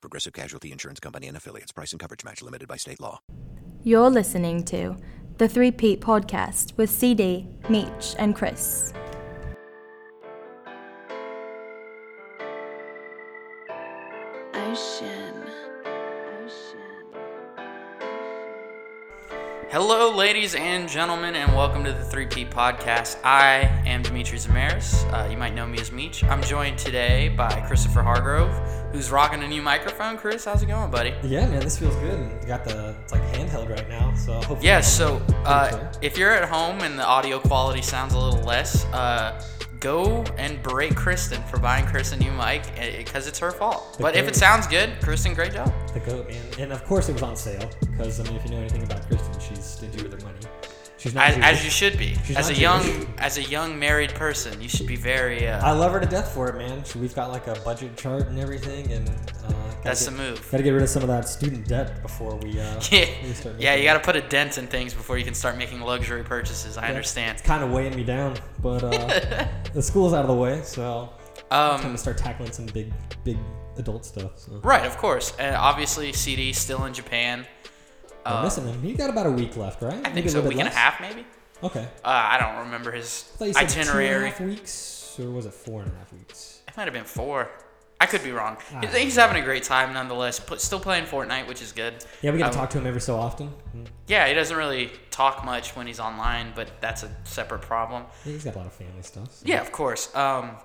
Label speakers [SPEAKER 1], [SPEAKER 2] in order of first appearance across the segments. [SPEAKER 1] Progressive Casualty Insurance Company and affiliates. Price and coverage match limited by state law.
[SPEAKER 2] You're listening to the Three Pete Podcast with CD, Meech, and Chris.
[SPEAKER 3] Ocean.
[SPEAKER 4] Hello, ladies and gentlemen, and welcome to the 3P Podcast. I am Dimitri Zamaris. Uh, you might know me as Meech. I'm joined today by Christopher Hargrove, who's rocking a new microphone. Chris, how's it going, buddy?
[SPEAKER 5] Yeah, man, this feels good. You got the it's like handheld right now, so hopefully.
[SPEAKER 4] Yeah,
[SPEAKER 5] I'm
[SPEAKER 4] so
[SPEAKER 5] pretty
[SPEAKER 4] uh,
[SPEAKER 5] clear.
[SPEAKER 4] if you're at home and the audio quality sounds a little less, uh, go and berate Kristen for buying Chris a new mic because it's her fault. But if it
[SPEAKER 5] Okay.
[SPEAKER 4] sounds good, Kristen, great job.
[SPEAKER 5] the goat man, and of course it was on sale because I mean, if you know anything about Kristen, she's stingy with her money. She's not.
[SPEAKER 4] As,
[SPEAKER 5] Jewish.
[SPEAKER 4] as you should be.
[SPEAKER 5] She's
[SPEAKER 4] As a
[SPEAKER 5] not Jewish.
[SPEAKER 4] young, as a young married person, you should be very. Uh,
[SPEAKER 5] I love her to death for it, man. She- We've got like a budget chart and everything, and uh, gotta
[SPEAKER 4] That's
[SPEAKER 5] get-
[SPEAKER 4] the move.
[SPEAKER 5] Gotta get rid of some of that student debt before we. Uh,
[SPEAKER 4] Yeah,
[SPEAKER 5] we start
[SPEAKER 4] yeah,
[SPEAKER 5] making-
[SPEAKER 4] you got to put a dent in things before you can start making luxury purchases. I understand.
[SPEAKER 5] It's kind of weighing me down, but uh, the school's out of the way, so I'm
[SPEAKER 4] Um,
[SPEAKER 5] gonna start tackling some big, big adult stuff. So.
[SPEAKER 4] right, of course. And obviously, CD still in Japan.
[SPEAKER 5] I'm missing him. You got about a week left, right?
[SPEAKER 4] uh, I think
[SPEAKER 5] Maybe
[SPEAKER 4] so. A
[SPEAKER 5] a little
[SPEAKER 4] week
[SPEAKER 5] bit
[SPEAKER 4] and a
[SPEAKER 5] less?
[SPEAKER 4] half, maybe.
[SPEAKER 5] Okay.
[SPEAKER 4] Uh, I don't remember his
[SPEAKER 5] I thought you said
[SPEAKER 4] itinerary.
[SPEAKER 5] Two and a half weeks, or was it four and a half weeks?
[SPEAKER 4] It might have been four. I could be wrong.
[SPEAKER 5] Ah.
[SPEAKER 4] He's- He's having a great time nonetheless. Put, still playing Fortnite, which is good.
[SPEAKER 5] Yeah, we got to
[SPEAKER 4] Um,
[SPEAKER 5] talk to him every so often. Mm.
[SPEAKER 4] Yeah, he doesn't really talk much when he's online, but that's a separate problem.
[SPEAKER 5] He's got a lot of family stuff. so-
[SPEAKER 4] Yeah, of course. Um,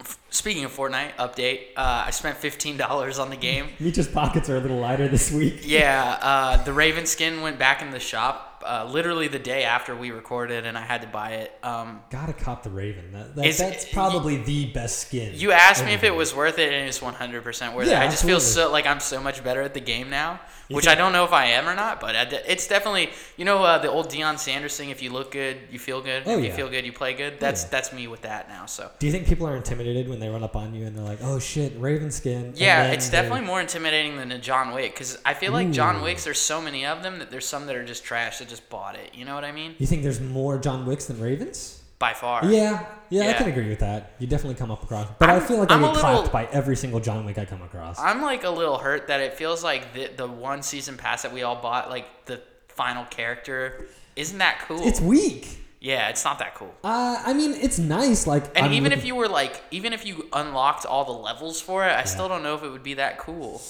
[SPEAKER 4] f- speaking of Fortnite update, uh, I spent fifteen dollars on the game.
[SPEAKER 5] Meech's pockets are a little lighter this week.
[SPEAKER 4] Yeah, uh, the Raven skin went back in the shop uh, literally the day after we recorded, and I had to buy it. Um,
[SPEAKER 5] Gotta cop the Raven. That, that,
[SPEAKER 4] It's-
[SPEAKER 5] that's probably the best skin.
[SPEAKER 4] you asked me
[SPEAKER 5] in
[SPEAKER 4] if
[SPEAKER 5] the
[SPEAKER 4] it
[SPEAKER 5] game.
[SPEAKER 4] was worth it, and it's 100% worth it.
[SPEAKER 5] Yeah,
[SPEAKER 4] I just feel
[SPEAKER 5] absolutely.
[SPEAKER 4] so like I'm so much better at the game now,
[SPEAKER 5] You
[SPEAKER 4] which I
[SPEAKER 5] think-
[SPEAKER 4] don't know if I am or not, but I de- it's definitely you know uh, the old Deion Sanders thing. If you look good, you feel good.
[SPEAKER 5] Oh,
[SPEAKER 4] if you
[SPEAKER 5] yeah.
[SPEAKER 4] feel good, you play good. That's
[SPEAKER 5] yeah.
[SPEAKER 4] that's me with that now. So
[SPEAKER 5] Do you think people are intimidated when they run up on you and they're like, "Oh shit, Raven skin"? and
[SPEAKER 4] Yeah,
[SPEAKER 5] then
[SPEAKER 4] it's
[SPEAKER 5] they're-
[SPEAKER 4] definitely more intimidating than a John Wick because I feel like John
[SPEAKER 5] Ooh.
[SPEAKER 4] Wicks, there's so many of them that there's some that are just trash that just bought it. You know what I mean?
[SPEAKER 5] You think there's more John Wicks than Ravens?
[SPEAKER 4] By far.
[SPEAKER 5] Yeah, yeah, I
[SPEAKER 4] Yeah.
[SPEAKER 5] can agree with that. You definitely come up across, but i
[SPEAKER 4] I'm-
[SPEAKER 5] feel like
[SPEAKER 4] I'm
[SPEAKER 5] I
[SPEAKER 4] a
[SPEAKER 5] get
[SPEAKER 4] little-
[SPEAKER 5] clapped by every single John Wick I come across.
[SPEAKER 4] I'm like a little hurt that it feels like the, the one season pass that we all bought, like the final character, isn't that cool?
[SPEAKER 5] It's weak.
[SPEAKER 4] yeah, it's not that cool.
[SPEAKER 5] Uh, I mean, it's nice. Like,
[SPEAKER 4] And
[SPEAKER 5] I'm
[SPEAKER 4] even
[SPEAKER 5] looking-
[SPEAKER 4] if you were like, even if you unlocked all the levels for it, I still don't know if it would be that cool.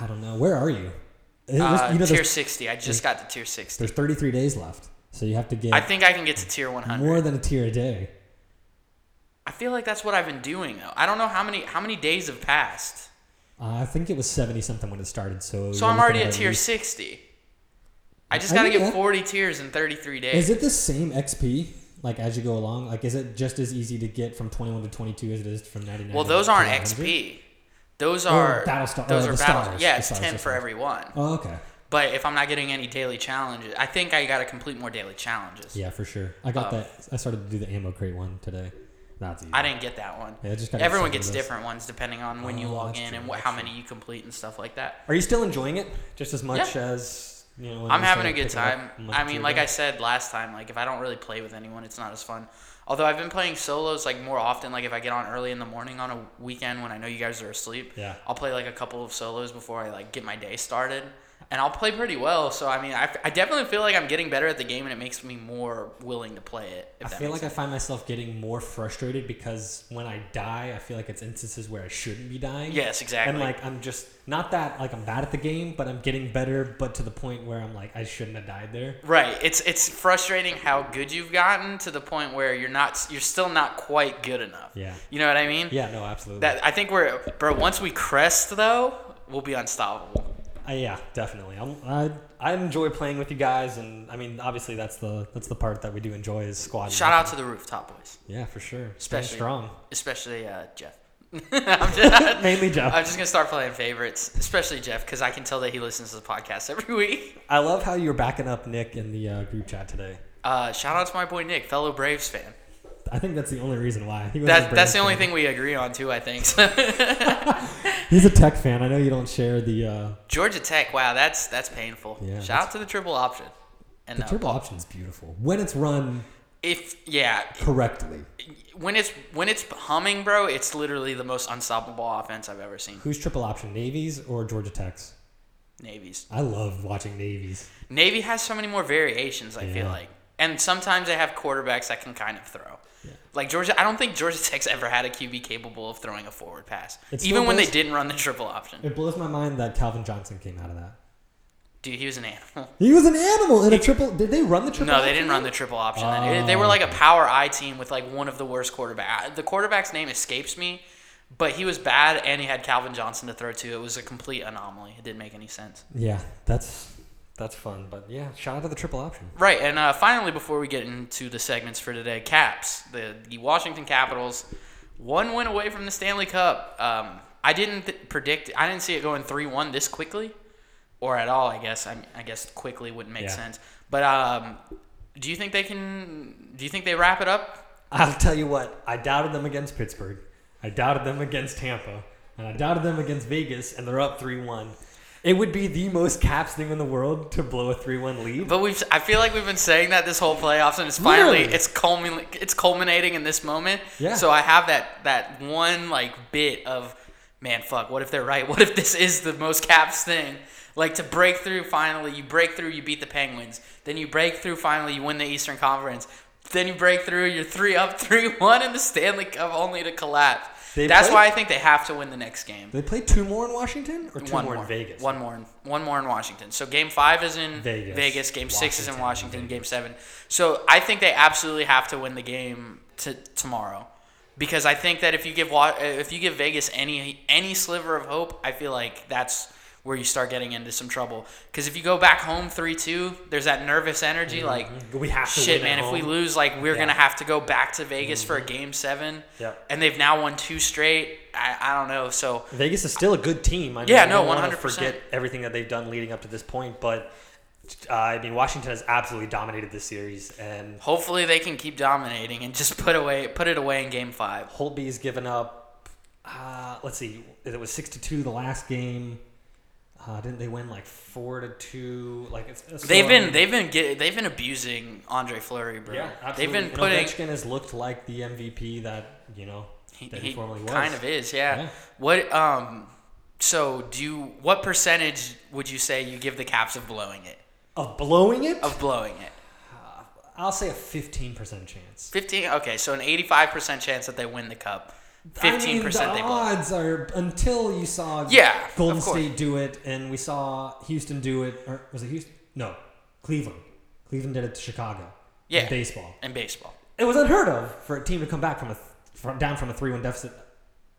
[SPEAKER 5] I don't know. Where are you? There's-
[SPEAKER 4] Uh,
[SPEAKER 5] you know,
[SPEAKER 4] tier
[SPEAKER 5] there's,
[SPEAKER 4] 60. I just got to tier 60.
[SPEAKER 5] there's 33 days left, so you have to get
[SPEAKER 4] I think I can get to tier 100.
[SPEAKER 5] more than a tier a day.
[SPEAKER 4] I feel like that's what I've been doing though. I don't know how many how many days have passed.
[SPEAKER 5] Uh, I think it was 70 something when it started. So
[SPEAKER 4] So
[SPEAKER 5] you're
[SPEAKER 4] I'm already
[SPEAKER 5] looking
[SPEAKER 4] at tier
[SPEAKER 5] least-
[SPEAKER 4] 60. I just
[SPEAKER 5] I
[SPEAKER 4] gotta
[SPEAKER 5] think
[SPEAKER 4] get
[SPEAKER 5] that-
[SPEAKER 4] 40 tiers in 33 days.
[SPEAKER 5] Is it the same XP like as you go along? Like, is it just as easy to get from 21 to 22 as it is from 99?
[SPEAKER 4] well,
[SPEAKER 5] to
[SPEAKER 4] those aren't
[SPEAKER 5] 100?
[SPEAKER 4] XP. Those
[SPEAKER 5] Or
[SPEAKER 4] are
[SPEAKER 5] battle star-
[SPEAKER 4] Those
[SPEAKER 5] or
[SPEAKER 4] are
[SPEAKER 5] uh, the
[SPEAKER 4] battle.
[SPEAKER 5] stars,
[SPEAKER 4] Yeah,
[SPEAKER 5] the
[SPEAKER 4] it's
[SPEAKER 5] stars,
[SPEAKER 4] 10
[SPEAKER 5] that's
[SPEAKER 4] for
[SPEAKER 5] right.
[SPEAKER 4] everyone.
[SPEAKER 5] Oh, okay.
[SPEAKER 4] But if I'm not getting any daily challenges, I think I gotta complete more daily challenges.
[SPEAKER 5] Yeah, for sure. I got
[SPEAKER 4] Um,
[SPEAKER 5] that. I started to do the ammo crate one today. That's easy.
[SPEAKER 4] I didn't get that one.
[SPEAKER 5] Yeah, I just gotta
[SPEAKER 4] Everyone
[SPEAKER 5] get
[SPEAKER 4] gets
[SPEAKER 5] some of those.
[SPEAKER 4] different ones depending on when you
[SPEAKER 5] Oh,
[SPEAKER 4] log
[SPEAKER 5] that's
[SPEAKER 4] in
[SPEAKER 5] true,
[SPEAKER 4] and what,
[SPEAKER 5] that's
[SPEAKER 4] how
[SPEAKER 5] true.
[SPEAKER 4] many you complete and stuff like that.
[SPEAKER 5] Are you still enjoying it just as much
[SPEAKER 4] Yeah.
[SPEAKER 5] as you know? when
[SPEAKER 4] I'm
[SPEAKER 5] you
[SPEAKER 4] having a
[SPEAKER 5] started
[SPEAKER 4] good
[SPEAKER 5] picking it up
[SPEAKER 4] time.
[SPEAKER 5] a month
[SPEAKER 4] I
[SPEAKER 5] or two
[SPEAKER 4] mean, like
[SPEAKER 5] ago?
[SPEAKER 4] I said last time, like if I don't really play with anyone, it's not as fun. Although I've been playing solos like more often, like if I get on early in the morning on a weekend when I know you guys are asleep,
[SPEAKER 5] Yeah.
[SPEAKER 4] I'll play like a couple of solos before I like get my day started, and I'll play pretty well. So I mean, I, I definitely feel like I'm getting better at the game, and it makes me more willing to play it. If
[SPEAKER 5] I
[SPEAKER 4] that
[SPEAKER 5] feel
[SPEAKER 4] makes
[SPEAKER 5] like I find myself getting more frustrated because when I die, I feel like it's instances where I shouldn't be dying.
[SPEAKER 4] Yes, exactly.
[SPEAKER 5] And like I'm just not that like I'm bad at the game, but I'm getting better, but to the point where I'm like I shouldn't have died there.
[SPEAKER 4] Right. It's it's frustrating how good you've gotten to the point where you're not you're still not quite good enough.
[SPEAKER 5] Yeah.
[SPEAKER 4] You know what I mean?
[SPEAKER 5] Yeah, no, absolutely.
[SPEAKER 4] That I think we're bro. Once we crest though, we'll be unstoppable.
[SPEAKER 5] I, Uh, yeah, definitely. I'm, I I enjoy playing with you guys, and I mean obviously that's the that's the part that we do enjoy is squad.
[SPEAKER 4] Shout out to the rooftop boys,
[SPEAKER 5] Yeah, for sure. Staying
[SPEAKER 4] especially
[SPEAKER 5] strong.
[SPEAKER 4] especially uh, Jeff. I'm just,
[SPEAKER 5] Mainly Jeff.
[SPEAKER 4] I'm just gonna start playing favorites, especially Jeff, because I can tell that he listens to the podcast every week.
[SPEAKER 5] I love how you're backing up Nick in the uh, group chat today.
[SPEAKER 4] Uh, shout out to my boy Nick, fellow Braves fan.
[SPEAKER 5] I think that's the only reason why. He was a
[SPEAKER 4] That,
[SPEAKER 5] Braves
[SPEAKER 4] that's the only
[SPEAKER 5] fan.
[SPEAKER 4] thing we agree on too. I think
[SPEAKER 5] He's a Tech fan. I know you don't share the uh,
[SPEAKER 4] Georgia Tech. Wow, that's that's painful.
[SPEAKER 5] Yeah,
[SPEAKER 4] shout
[SPEAKER 5] that's-
[SPEAKER 4] out to the triple option. And
[SPEAKER 5] the
[SPEAKER 4] uh,
[SPEAKER 5] triple option's beautiful when it's run
[SPEAKER 4] if yeah,
[SPEAKER 5] correctly.
[SPEAKER 4] when it's when it's humming, bro, it's literally the most unstoppable offense I've ever seen.
[SPEAKER 5] Who's triple option? Navies or Georgia Tech's?
[SPEAKER 4] Navy's
[SPEAKER 5] I love watching navies.
[SPEAKER 4] Navy has so many more variations. I feel
[SPEAKER 5] Yeah.
[SPEAKER 4] like, and sometimes they have quarterbacks that can kind of throw. Like Georgia, I don't think Georgia Tech's ever had a QB capable of throwing a forward pass,
[SPEAKER 5] It still
[SPEAKER 4] even when they
[SPEAKER 5] does-
[SPEAKER 4] didn't run the triple option.
[SPEAKER 5] It blows my mind that Calvin Johnson came out of that.
[SPEAKER 4] Dude, he was an animal.
[SPEAKER 5] He was an animal in a triple. Did they run the triple?
[SPEAKER 4] No, they
[SPEAKER 5] option
[SPEAKER 4] didn't run the
[SPEAKER 5] then?
[SPEAKER 4] triple option. then. It- they were like a
[SPEAKER 5] Oh.
[SPEAKER 4] power I team with like one of the worst quarterback. The quarterback's name escapes me, but he was bad and he had Calvin Johnson to throw to. It was a complete anomaly. It didn't make any sense.
[SPEAKER 5] Yeah, that's that's fun. But yeah, shout out to the triple option.
[SPEAKER 4] Right, and uh, finally, before we get into the segments for today, Caps, the, the Washington Capitals, one win away from the Stanley Cup. Um, I didn't th- predict, I didn't see it going 3 1 this quickly, or at all, I guess. I, I guess quickly wouldn't make
[SPEAKER 5] Yeah.
[SPEAKER 4] sense. But um, do you think they can, do you think they wrap it up?
[SPEAKER 5] I'll tell you what. I doubted them against Pittsburgh. I doubted them against Tampa, and I doubted them against Vegas, and they're up three one. It would be the most caps thing in the world to blow a three one lead.
[SPEAKER 4] But we've, I feel like we've been saying that this whole playoffs, and it's finally,
[SPEAKER 5] Literally.
[SPEAKER 4] it's culmin, it's culminating in this moment.
[SPEAKER 5] Yeah.
[SPEAKER 4] So I have that, that one like bit of, man, fuck, what if they're right? What if this is the most Caps thing? Like to break through finally, you break through, you beat the Penguins, then you break through finally, you win the Eastern Conference, then you break through, you're three up, three one in the Stanley Cup, only to collapse.
[SPEAKER 5] They
[SPEAKER 4] That's
[SPEAKER 5] played-
[SPEAKER 4] why I think they have to win the next game.
[SPEAKER 5] They play two more in Washington or two
[SPEAKER 4] one
[SPEAKER 5] more, in Vegas.
[SPEAKER 4] One more. In, one more in Washington. So game five is in Vegas.
[SPEAKER 5] Vegas.
[SPEAKER 4] Game six is in
[SPEAKER 5] Washington,
[SPEAKER 4] Washington.
[SPEAKER 5] Vegas.
[SPEAKER 4] Game seven. So I think they absolutely have to win the game to tomorrow, because I think that if you give Wa- uh, if you give Vegas any any sliver of hope, I feel like that's where you start getting into some trouble. Because if you go back home three two, there's that nervous energy like
[SPEAKER 5] Mm, We Mm-hmm. have to
[SPEAKER 4] shit,
[SPEAKER 5] win at
[SPEAKER 4] man. If we
[SPEAKER 5] home.
[SPEAKER 4] lose, like we're
[SPEAKER 5] Yeah. Mm-hmm.
[SPEAKER 4] gonna have to go back to Vegas for a game seven.
[SPEAKER 5] Yep.
[SPEAKER 4] And they've now won two straight. I, I don't know. So
[SPEAKER 5] Vegas is still a good team. I mean,
[SPEAKER 4] Yeah,
[SPEAKER 5] I
[SPEAKER 4] no,
[SPEAKER 5] don't wanna
[SPEAKER 4] 100%.
[SPEAKER 5] Forget everything that they've done leading up to this point, but uh, I mean, Washington has absolutely dominated this series, and
[SPEAKER 4] Hopefully they can keep dominating and just put away put it away in game five.
[SPEAKER 5] Holtby's given up. Uh, let's see, it was six to two the last game. Uh, didn't they win like four to two? Like it's, so,
[SPEAKER 4] They've
[SPEAKER 5] I
[SPEAKER 4] been
[SPEAKER 5] mean,
[SPEAKER 4] they've been get, they've been abusing Andre Fleury, bro.
[SPEAKER 5] yeah,
[SPEAKER 4] they've
[SPEAKER 5] absolutely.
[SPEAKER 4] been putting
[SPEAKER 5] And Ovechkin has looked like the MVP that you know
[SPEAKER 4] he,
[SPEAKER 5] that
[SPEAKER 4] he
[SPEAKER 5] he, formerly was.
[SPEAKER 4] kind of is, yeah.
[SPEAKER 5] Yeah.
[SPEAKER 4] What um so do you, what percentage would you say you give the Caps of blowing it?
[SPEAKER 5] of blowing it.
[SPEAKER 4] Of blowing it.
[SPEAKER 5] I'll say a fifteen percent chance.
[SPEAKER 4] 15 Okay, so an 85% chance that they win the cup. 15%
[SPEAKER 5] I mean,
[SPEAKER 4] they
[SPEAKER 5] the
[SPEAKER 4] blow. it.
[SPEAKER 5] odds are until you saw
[SPEAKER 4] Yeah,
[SPEAKER 5] Golden
[SPEAKER 4] of course.
[SPEAKER 5] State do it, and we saw Houston do it, or was it Houston? No, Cleveland. Cleveland did it to Chicago. in
[SPEAKER 4] Yeah.
[SPEAKER 5] baseball.
[SPEAKER 4] In baseball.
[SPEAKER 5] It was unheard of for a team to come back from a th- from down from a three-one deficit.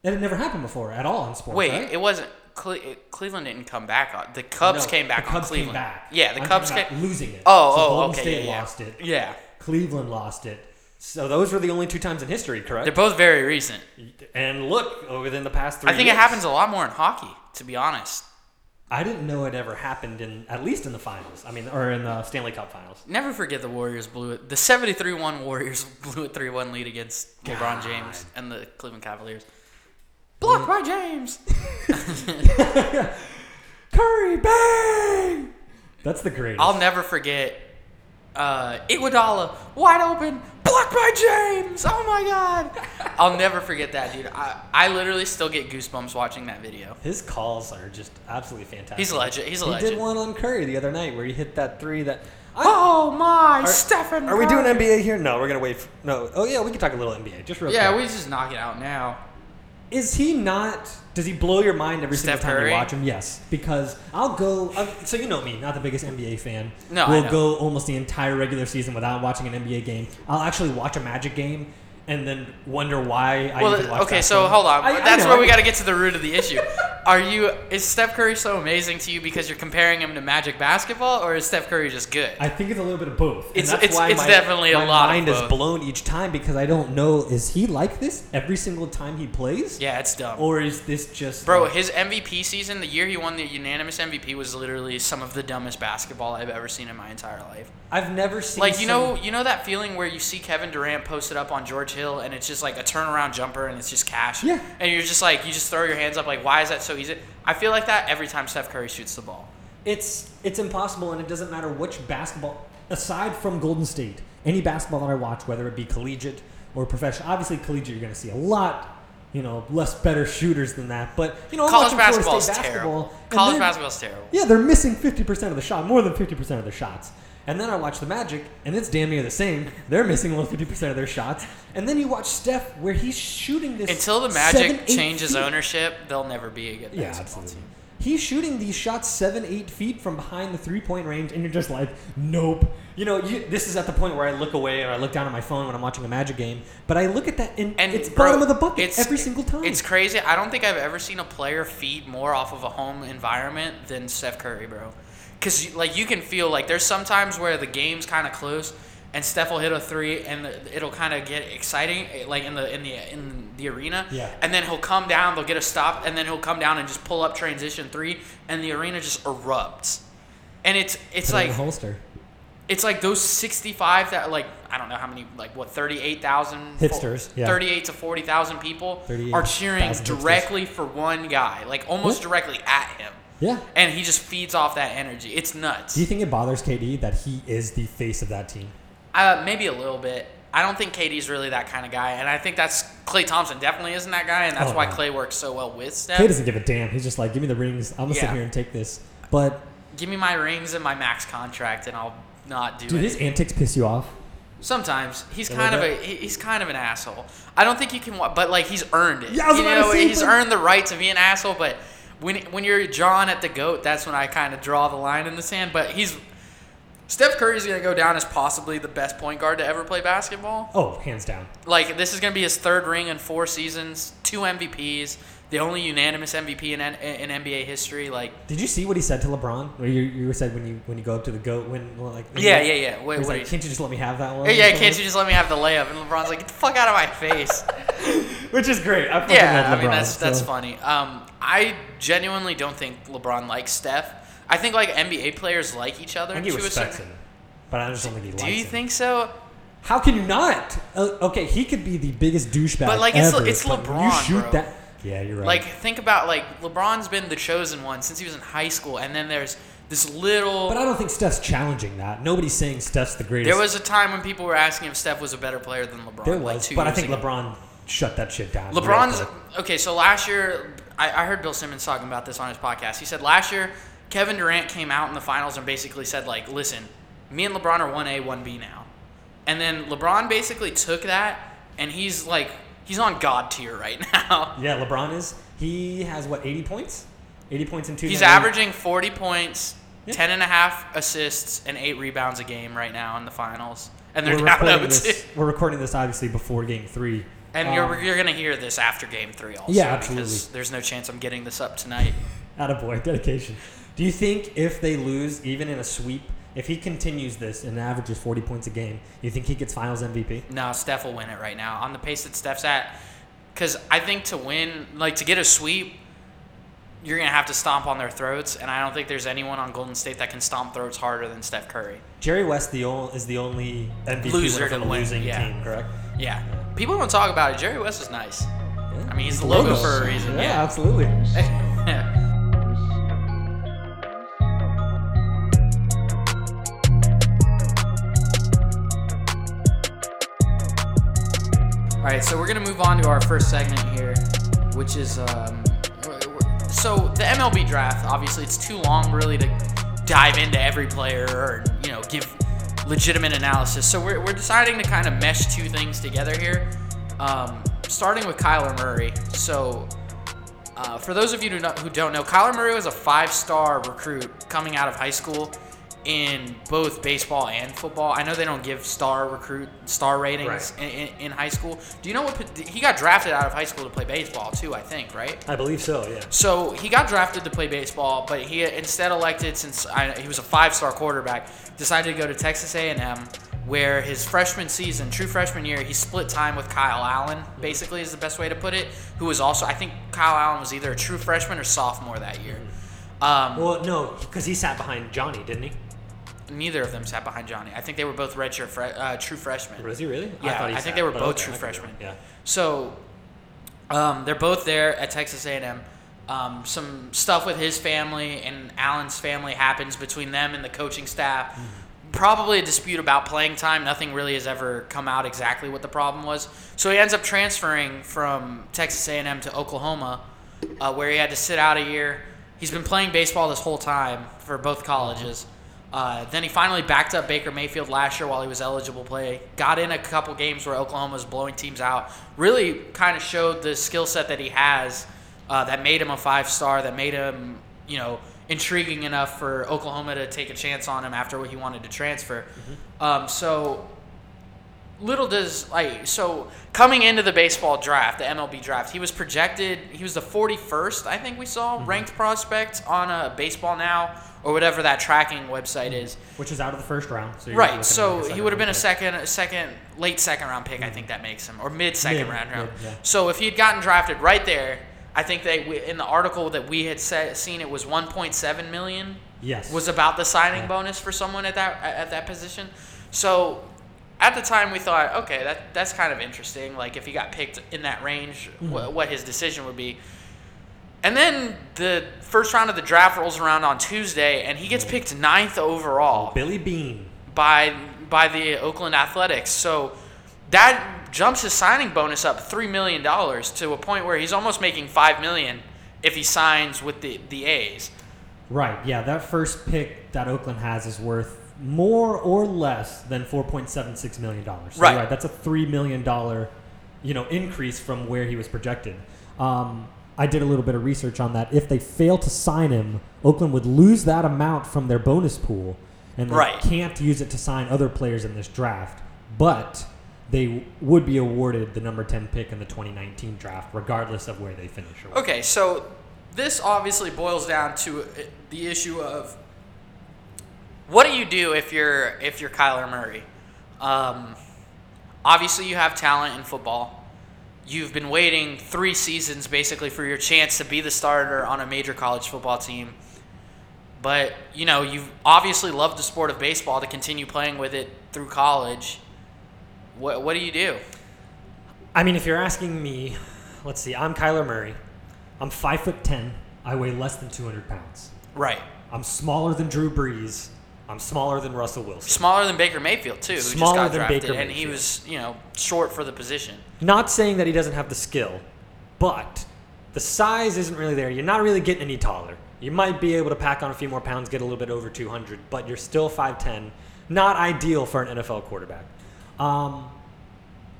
[SPEAKER 5] That had never happened before at all in sports.
[SPEAKER 4] Wait,
[SPEAKER 5] right?
[SPEAKER 4] it wasn't Cle- Cleveland didn't come back on. The Cubs
[SPEAKER 5] No,
[SPEAKER 4] came back
[SPEAKER 5] The Cubs
[SPEAKER 4] on Cleveland.
[SPEAKER 5] came back.
[SPEAKER 4] Yeah, the
[SPEAKER 5] I'm
[SPEAKER 4] Cubs
[SPEAKER 5] talking
[SPEAKER 4] came
[SPEAKER 5] about losing it.
[SPEAKER 4] Oh,
[SPEAKER 5] So
[SPEAKER 4] oh,
[SPEAKER 5] Golden
[SPEAKER 4] okay,
[SPEAKER 5] State
[SPEAKER 4] yeah, yeah.
[SPEAKER 5] lost it.
[SPEAKER 4] Yeah.
[SPEAKER 5] Cleveland lost it. So those were the only two times in history, correct?
[SPEAKER 4] They're both very recent.
[SPEAKER 5] and look, within the past three,
[SPEAKER 4] I think it
[SPEAKER 5] years.
[SPEAKER 4] happens a lot more in hockey, to be honest.
[SPEAKER 5] I didn't know it ever happened in at least in the finals. I mean, or in the Stanley Cup Finals.
[SPEAKER 4] Never forget the Warriors blew it. The 73 1 Warriors blew a 3 1 lead against LeBron James and the Cleveland Cavaliers. Mm. Blocked by James.
[SPEAKER 5] Curry, bang! That's the greatest.
[SPEAKER 4] I'll never forget uh, Iguodala wide open, blocked by James. Oh my God. I'll never forget that, dude. I, I literally still get goosebumps watching that video.
[SPEAKER 5] His calls are just absolutely fantastic.
[SPEAKER 4] He's a legend. He's a
[SPEAKER 5] he
[SPEAKER 4] legend.
[SPEAKER 5] did one on Curry the other night where he hit that three. That
[SPEAKER 4] Oh my,
[SPEAKER 5] Are-
[SPEAKER 4] Stephen.
[SPEAKER 5] Are we doing
[SPEAKER 4] Curry.
[SPEAKER 5] NBA here? No, we're gonna wait. For, no. Oh yeah, we can talk a little NBA. Just real
[SPEAKER 4] Yeah,
[SPEAKER 5] quick.
[SPEAKER 4] we just knock it out now.
[SPEAKER 5] Is he not? Does he blow your mind every
[SPEAKER 4] Steph
[SPEAKER 5] single time
[SPEAKER 4] Curry?
[SPEAKER 5] you watch him? Yes, because I'll go. I'm, so you know me, not the biggest NBA fan.
[SPEAKER 4] No, I
[SPEAKER 5] we'll
[SPEAKER 4] know.
[SPEAKER 5] go almost the entire regular season without watching an NBA game. I'll actually watch a Magic game and then wonder why I
[SPEAKER 4] Well,
[SPEAKER 5] even watched
[SPEAKER 4] okay,
[SPEAKER 5] that
[SPEAKER 4] so
[SPEAKER 5] game.
[SPEAKER 4] hold on.
[SPEAKER 5] I- I
[SPEAKER 4] That's
[SPEAKER 5] know.
[SPEAKER 4] where we got to get to the root of the issue. Are you? Is Steph Curry so amazing to you because you're comparing him to Magic basketball, or is Steph Curry just good?
[SPEAKER 5] I think it's a little bit of both. and
[SPEAKER 4] It's-
[SPEAKER 5] that's
[SPEAKER 4] it's-
[SPEAKER 5] why
[SPEAKER 4] it's
[SPEAKER 5] my,
[SPEAKER 4] definitely a
[SPEAKER 5] my
[SPEAKER 4] lot of
[SPEAKER 5] mind
[SPEAKER 4] both.
[SPEAKER 5] is blown each time because I don't know is he like this every single time he plays?
[SPEAKER 4] yeah, it's dumb.
[SPEAKER 5] Or is this just
[SPEAKER 4] Bro,
[SPEAKER 5] like-
[SPEAKER 4] his MVP season, the year he won the unanimous MVP, was literally some of the dumbest basketball I've ever seen in my entire life.
[SPEAKER 5] I've never seen
[SPEAKER 4] Like you
[SPEAKER 5] some-
[SPEAKER 4] know, you know that feeling where you see Kevin Durant posted up on George Hill, and it's just like a turnaround jumper, and it's just cash.
[SPEAKER 5] Yeah.
[SPEAKER 4] And you're just like, you just throw your hands up, like, why is that so easy? I feel like that every time Steph Curry shoots the ball.
[SPEAKER 5] it's it's impossible and it doesn't matter which basketball aside from golden state any basketball that i watch whether it be collegiate or professional obviously collegiate you're going to see a lot you know less better shooters than that but you know I'm
[SPEAKER 4] College
[SPEAKER 5] watching Florida
[SPEAKER 4] basketball is
[SPEAKER 5] State
[SPEAKER 4] terrible.
[SPEAKER 5] basketball, and
[SPEAKER 4] College
[SPEAKER 5] they're-
[SPEAKER 4] basketball is terrible.
[SPEAKER 5] yeah they're missing 50% of the shot more than 50% of their shots and then i watch the magic and it's damn near the same they're missing almost 50% of their shots and then you watch steph where he's shooting this
[SPEAKER 4] Until the
[SPEAKER 5] seven,
[SPEAKER 4] Magic
[SPEAKER 5] eight
[SPEAKER 4] changes
[SPEAKER 5] feet.
[SPEAKER 4] ownership, they'll never be a good
[SPEAKER 5] Yeah,
[SPEAKER 4] basketball
[SPEAKER 5] absolutely.
[SPEAKER 4] team.
[SPEAKER 5] He's shooting these shots seven, eight feet from behind the three-point range, and you're just like, nope. You know, you, this is at the point where I look away or I look down at my phone when I'm watching a Magic game, but I look at that and,
[SPEAKER 4] And
[SPEAKER 5] it's
[SPEAKER 4] bro,
[SPEAKER 5] bottom of the bucket
[SPEAKER 4] it's-
[SPEAKER 5] every single time.
[SPEAKER 4] It's crazy. I don't think I've ever seen a player feed more off of a home environment than Steph Curry, bro. Cause you- like you can feel like there's sometimes where the game's kind of close, and Steph will hit a three, and the, it'll kind of get exciting, eh, like in the in the in the arena.
[SPEAKER 5] Yeah.
[SPEAKER 4] And then he'll come down, they'll get a stop, and then he'll come down and just pull up transition three, and the arena just erupts. And it's it's
[SPEAKER 5] Put it
[SPEAKER 4] like
[SPEAKER 5] in the holster.
[SPEAKER 4] it's like those 65 that like I don't know how many like what 38,000
[SPEAKER 5] Hipsters, yeah.
[SPEAKER 4] 38 to 40,000 people
[SPEAKER 5] 38,000
[SPEAKER 4] are cheering
[SPEAKER 5] hipsters.
[SPEAKER 4] directly for one guy, like almost
[SPEAKER 5] What?
[SPEAKER 4] directly at him.
[SPEAKER 5] Yeah.
[SPEAKER 4] And he just feeds off that energy. It's nuts.
[SPEAKER 5] Do you think it bothers KD that he is the face of that team?
[SPEAKER 4] Uh, maybe a little bit. I don't think KD's really that kind of guy, and I think that's Clay Thompson definitely isn't that guy, and that's
[SPEAKER 5] Oh,
[SPEAKER 4] why
[SPEAKER 5] no.
[SPEAKER 4] Clay works so well with Steph.
[SPEAKER 5] K doesn't give a damn. He's just like, give me the rings. I'm gonna sit
[SPEAKER 4] Yeah.
[SPEAKER 5] here and take this. But
[SPEAKER 4] Give me my rings and my max contract, and I'll not do
[SPEAKER 5] dude,
[SPEAKER 4] it.
[SPEAKER 5] his antics piss you off.
[SPEAKER 4] Sometimes he's
[SPEAKER 5] A
[SPEAKER 4] kind of
[SPEAKER 5] little
[SPEAKER 4] a he- he's kind of an asshole. I don't think you can, wa- but like he's earned it.
[SPEAKER 5] Yeah, I was
[SPEAKER 4] you
[SPEAKER 5] about to
[SPEAKER 4] know,
[SPEAKER 5] say,
[SPEAKER 4] he's
[SPEAKER 5] but-
[SPEAKER 4] earned the right to be an asshole. But when when you're John at the goat, that's when I kind of draw the line in the sand. But he's Steph Curry's gonna go down as possibly the best point guard to ever play basketball.
[SPEAKER 5] Oh, hands down.
[SPEAKER 4] Like this is gonna be his third ring in four seasons, two MVPs, the only unanimous MVP in N- in NBA history. Like
[SPEAKER 5] Did you see what he said to LeBron? Where you, you said when you when you go up to the goat when well, like
[SPEAKER 4] Yeah, yeah, yeah. Wait,
[SPEAKER 5] he's
[SPEAKER 4] what
[SPEAKER 5] like,
[SPEAKER 4] did-
[SPEAKER 5] can't you just let me have that one?
[SPEAKER 4] "Hey, yeah,
[SPEAKER 5] Or
[SPEAKER 4] can't you
[SPEAKER 5] something?
[SPEAKER 4] just let me have the layup? And LeBron's like, get the fuck out of my face.
[SPEAKER 5] Which is great. I fucking
[SPEAKER 4] Yeah,
[SPEAKER 5] love LeBron.
[SPEAKER 4] I mean that's that's
[SPEAKER 5] so-
[SPEAKER 4] funny. Um, I genuinely don't think LeBron likes Steph. I think like NBA players like each other
[SPEAKER 5] I think he
[SPEAKER 4] to a
[SPEAKER 5] respects
[SPEAKER 4] certain.
[SPEAKER 5] him, but I just don't think he likes
[SPEAKER 4] Do you
[SPEAKER 5] him.
[SPEAKER 4] think so?
[SPEAKER 5] How can you not? Uh, okay, he could be the biggest douchebag.
[SPEAKER 4] But, like, it's Le-
[SPEAKER 5] ever,
[SPEAKER 4] it's
[SPEAKER 5] but when
[SPEAKER 4] LeBron,
[SPEAKER 5] You shoot
[SPEAKER 4] bro.
[SPEAKER 5] that. Yeah, you're right.
[SPEAKER 4] Like think about like LeBron's been the chosen one since he was in high school, and then there's this little.
[SPEAKER 5] but I don't think Steph's challenging that. Nobody's saying Steph's the greatest.
[SPEAKER 4] there was a time when people were asking if Steph was a better player than LeBron.
[SPEAKER 5] there
[SPEAKER 4] like
[SPEAKER 5] was,
[SPEAKER 4] two
[SPEAKER 5] but I
[SPEAKER 4] years
[SPEAKER 5] think
[SPEAKER 4] ago.
[SPEAKER 5] LeBron shut that shit down.
[SPEAKER 4] LeBron's okay. So last year, I, I heard Bill Simmons talking about this on his podcast. He said last year Kevin Durant came out in the finals and basically said like, "Listen, me and LeBron are one A, one B now," and then LeBron basically took that and he's like, he's on god tier right now.
[SPEAKER 5] Yeah, LeBron is. He has what 80 points? 80 points in two.
[SPEAKER 4] He's
[SPEAKER 5] games.
[SPEAKER 4] averaging 40 points,
[SPEAKER 5] Yeah.
[SPEAKER 4] 10 and a half assists, and eight rebounds a game right now in the finals, and they're
[SPEAKER 5] We're
[SPEAKER 4] down
[SPEAKER 5] recording,
[SPEAKER 4] 0-2.
[SPEAKER 5] this, we're recording this obviously before Game Three.
[SPEAKER 4] And
[SPEAKER 5] Um,
[SPEAKER 4] you're, you're gonna hear this after Game Three also.
[SPEAKER 5] Yeah,
[SPEAKER 4] Because
[SPEAKER 5] absolutely.
[SPEAKER 4] there's no chance I'm getting this up tonight.
[SPEAKER 5] Attaboy, dedication. Do you think if they lose, even in a sweep, if he continues this and averages 40 points a game, you think he gets Finals MVP?
[SPEAKER 4] No, Steph will win it right now on the pace that Steph's at. Because I think to win, like to get a sweep, you're gonna have to stomp on their throats, and I don't think there's anyone on Golden State that can stomp throats harder than Steph Curry.
[SPEAKER 5] Jerry West the ol- is the only MVP
[SPEAKER 4] Loser
[SPEAKER 5] winner from
[SPEAKER 4] to
[SPEAKER 5] a
[SPEAKER 4] win,
[SPEAKER 5] losing
[SPEAKER 4] yeah.
[SPEAKER 5] team, correct?
[SPEAKER 4] Yeah, people don't talk about it. Jerry West is nice. I mean, he's
[SPEAKER 5] His
[SPEAKER 4] the logo,
[SPEAKER 5] logo.
[SPEAKER 4] for a reason.
[SPEAKER 5] Yeah,
[SPEAKER 4] Yeah.
[SPEAKER 5] absolutely.
[SPEAKER 4] All right, so we're gonna move on to our first segment here, which is um, we're- we're- so the MLB draft. Obviously, it's too long really to dive into every player or you know give legitimate analysis. So we're, we're deciding to kind of mesh two things together here, um, starting with Kyler Murray. So uh, for those of you who don't, who don't know, Kyler Murray was a five-star recruit coming out of high school, in both baseball and football. I know they don't give star recruit star ratings
[SPEAKER 6] Right.
[SPEAKER 4] in, in, in high school. Do you know what po- he got drafted out of high school to play baseball too? I think right.
[SPEAKER 6] I believe so. Yeah.
[SPEAKER 4] So he got drafted to play baseball, but he instead elected, since I, he was a five-star quarterback, decided to go to Texas A&M, where his freshman season, true freshman year, he split time with Kyle Allen. Basically, is the best way to put it. Who was also, I think, Kyle Allen was either a true freshman or sophomore that year. Um,
[SPEAKER 5] Well, no, because he sat behind Johnny, didn't he?
[SPEAKER 4] neither of them sat behind Johnny. I think they were both redshirt, fre- uh, true freshmen.
[SPEAKER 5] Was he really?
[SPEAKER 4] Yeah, I,
[SPEAKER 5] thought he
[SPEAKER 4] think
[SPEAKER 5] sat,
[SPEAKER 4] they were
[SPEAKER 5] but
[SPEAKER 4] both
[SPEAKER 5] okay,
[SPEAKER 4] true
[SPEAKER 5] I could be wrong.
[SPEAKER 4] freshmen.
[SPEAKER 5] Yeah.
[SPEAKER 4] So um, they're both there at Texas A&M. Um, some stuff with his family and Allen's family happens between them and the coaching staff.
[SPEAKER 5] Mm-hmm.
[SPEAKER 4] Probably a dispute about playing time. Nothing really has ever come out exactly what the problem was. So he ends up transferring from Texas A&M to Oklahoma, uh, where he had to sit out a year. He's been playing baseball this whole time for both colleges. Uh, then he finally backed up Baker Mayfield last year while he was eligible to play. Got in a couple games where Oklahoma was blowing teams out. Really kind of showed the skill set that he has uh, that made him a five star, that made him, you know, intriguing enough for Oklahoma to take a chance on him after what he wanted to transfer. Um, so little does like so coming into the baseball draft, the MLB draft, he was projected. He was the 41st, I think we saw ranked prospect on a Baseball Now or whatever that tracking website is.
[SPEAKER 6] Which is out of the first round. So you're looking
[SPEAKER 4] Right.
[SPEAKER 6] at
[SPEAKER 4] So
[SPEAKER 6] like
[SPEAKER 4] he would have been a
[SPEAKER 6] second round pick. Hmm.
[SPEAKER 4] second, a second, late second round pick. I think that makes him, or mid second
[SPEAKER 6] Mid,
[SPEAKER 4] round round.
[SPEAKER 6] mid, yeah.
[SPEAKER 4] So if he'd gotten drafted right there, I think they we- in the article that we had se- seen it was 1.7 million.
[SPEAKER 6] Yes.
[SPEAKER 4] Was about the signing bonus for someone at that at at that position. So at the time we thought, okay, that that's kind of interesting. Like if he got picked in that range,
[SPEAKER 6] Hmm.
[SPEAKER 4] wh- what his decision would be. And then the first round of the draft rolls around on Tuesday, and he gets
[SPEAKER 6] Hmm.
[SPEAKER 4] picked ninth overall
[SPEAKER 6] Billy Bean.
[SPEAKER 4] by by the Oakland Athletics. So that jumps his signing bonus up three million dollars to a point where he's almost making five million if he signs with the the A's.
[SPEAKER 6] Right. Yeah. That first pick that Oakland has is worth more or less than four point seven six million dollars.
[SPEAKER 4] Right.
[SPEAKER 6] That's a three million dollar, you know, increase from where he was projected. Um, I did a little bit of research on that. If they fail to sign him, Oakland would lose that amount from their bonus pool, and they
[SPEAKER 4] Right.
[SPEAKER 6] can't use it to sign other players in this draft. But they would be awarded the number ten pick in the 2019 draft, regardless of where they finish. Or whatever.
[SPEAKER 4] Okay, so this obviously boils down to uh, the issue of what do you do if you're if you're Kyler Murray? Um, obviously, you have talent in football. You've been waiting three seasons basically for your chance to be the starter on a major college football team. But you know you've obviously loved the sport of baseball to continue playing with it through college. What what do you do?
[SPEAKER 5] I mean, if you're asking me, let's see. I'm Kyler Murray.
[SPEAKER 6] I'm five foot ten. I weigh less than 200 pounds.
[SPEAKER 4] Right.
[SPEAKER 6] I'm smaller than Drew Brees. I'm smaller than Russell Wilson.
[SPEAKER 4] smaller than Baker Mayfield too, who
[SPEAKER 5] Smaller
[SPEAKER 4] just got
[SPEAKER 5] than
[SPEAKER 4] drafted,
[SPEAKER 5] Baker
[SPEAKER 4] and he
[SPEAKER 5] Mayfield.
[SPEAKER 4] was you know short for the position.
[SPEAKER 5] Not saying that he doesn't have the skill, but the size isn't really there. You're not really getting any taller. You might be able to pack on a few more pounds, get a little bit over 200, but you're still 5'10. Not ideal for an NFL quarterback.
[SPEAKER 6] Um,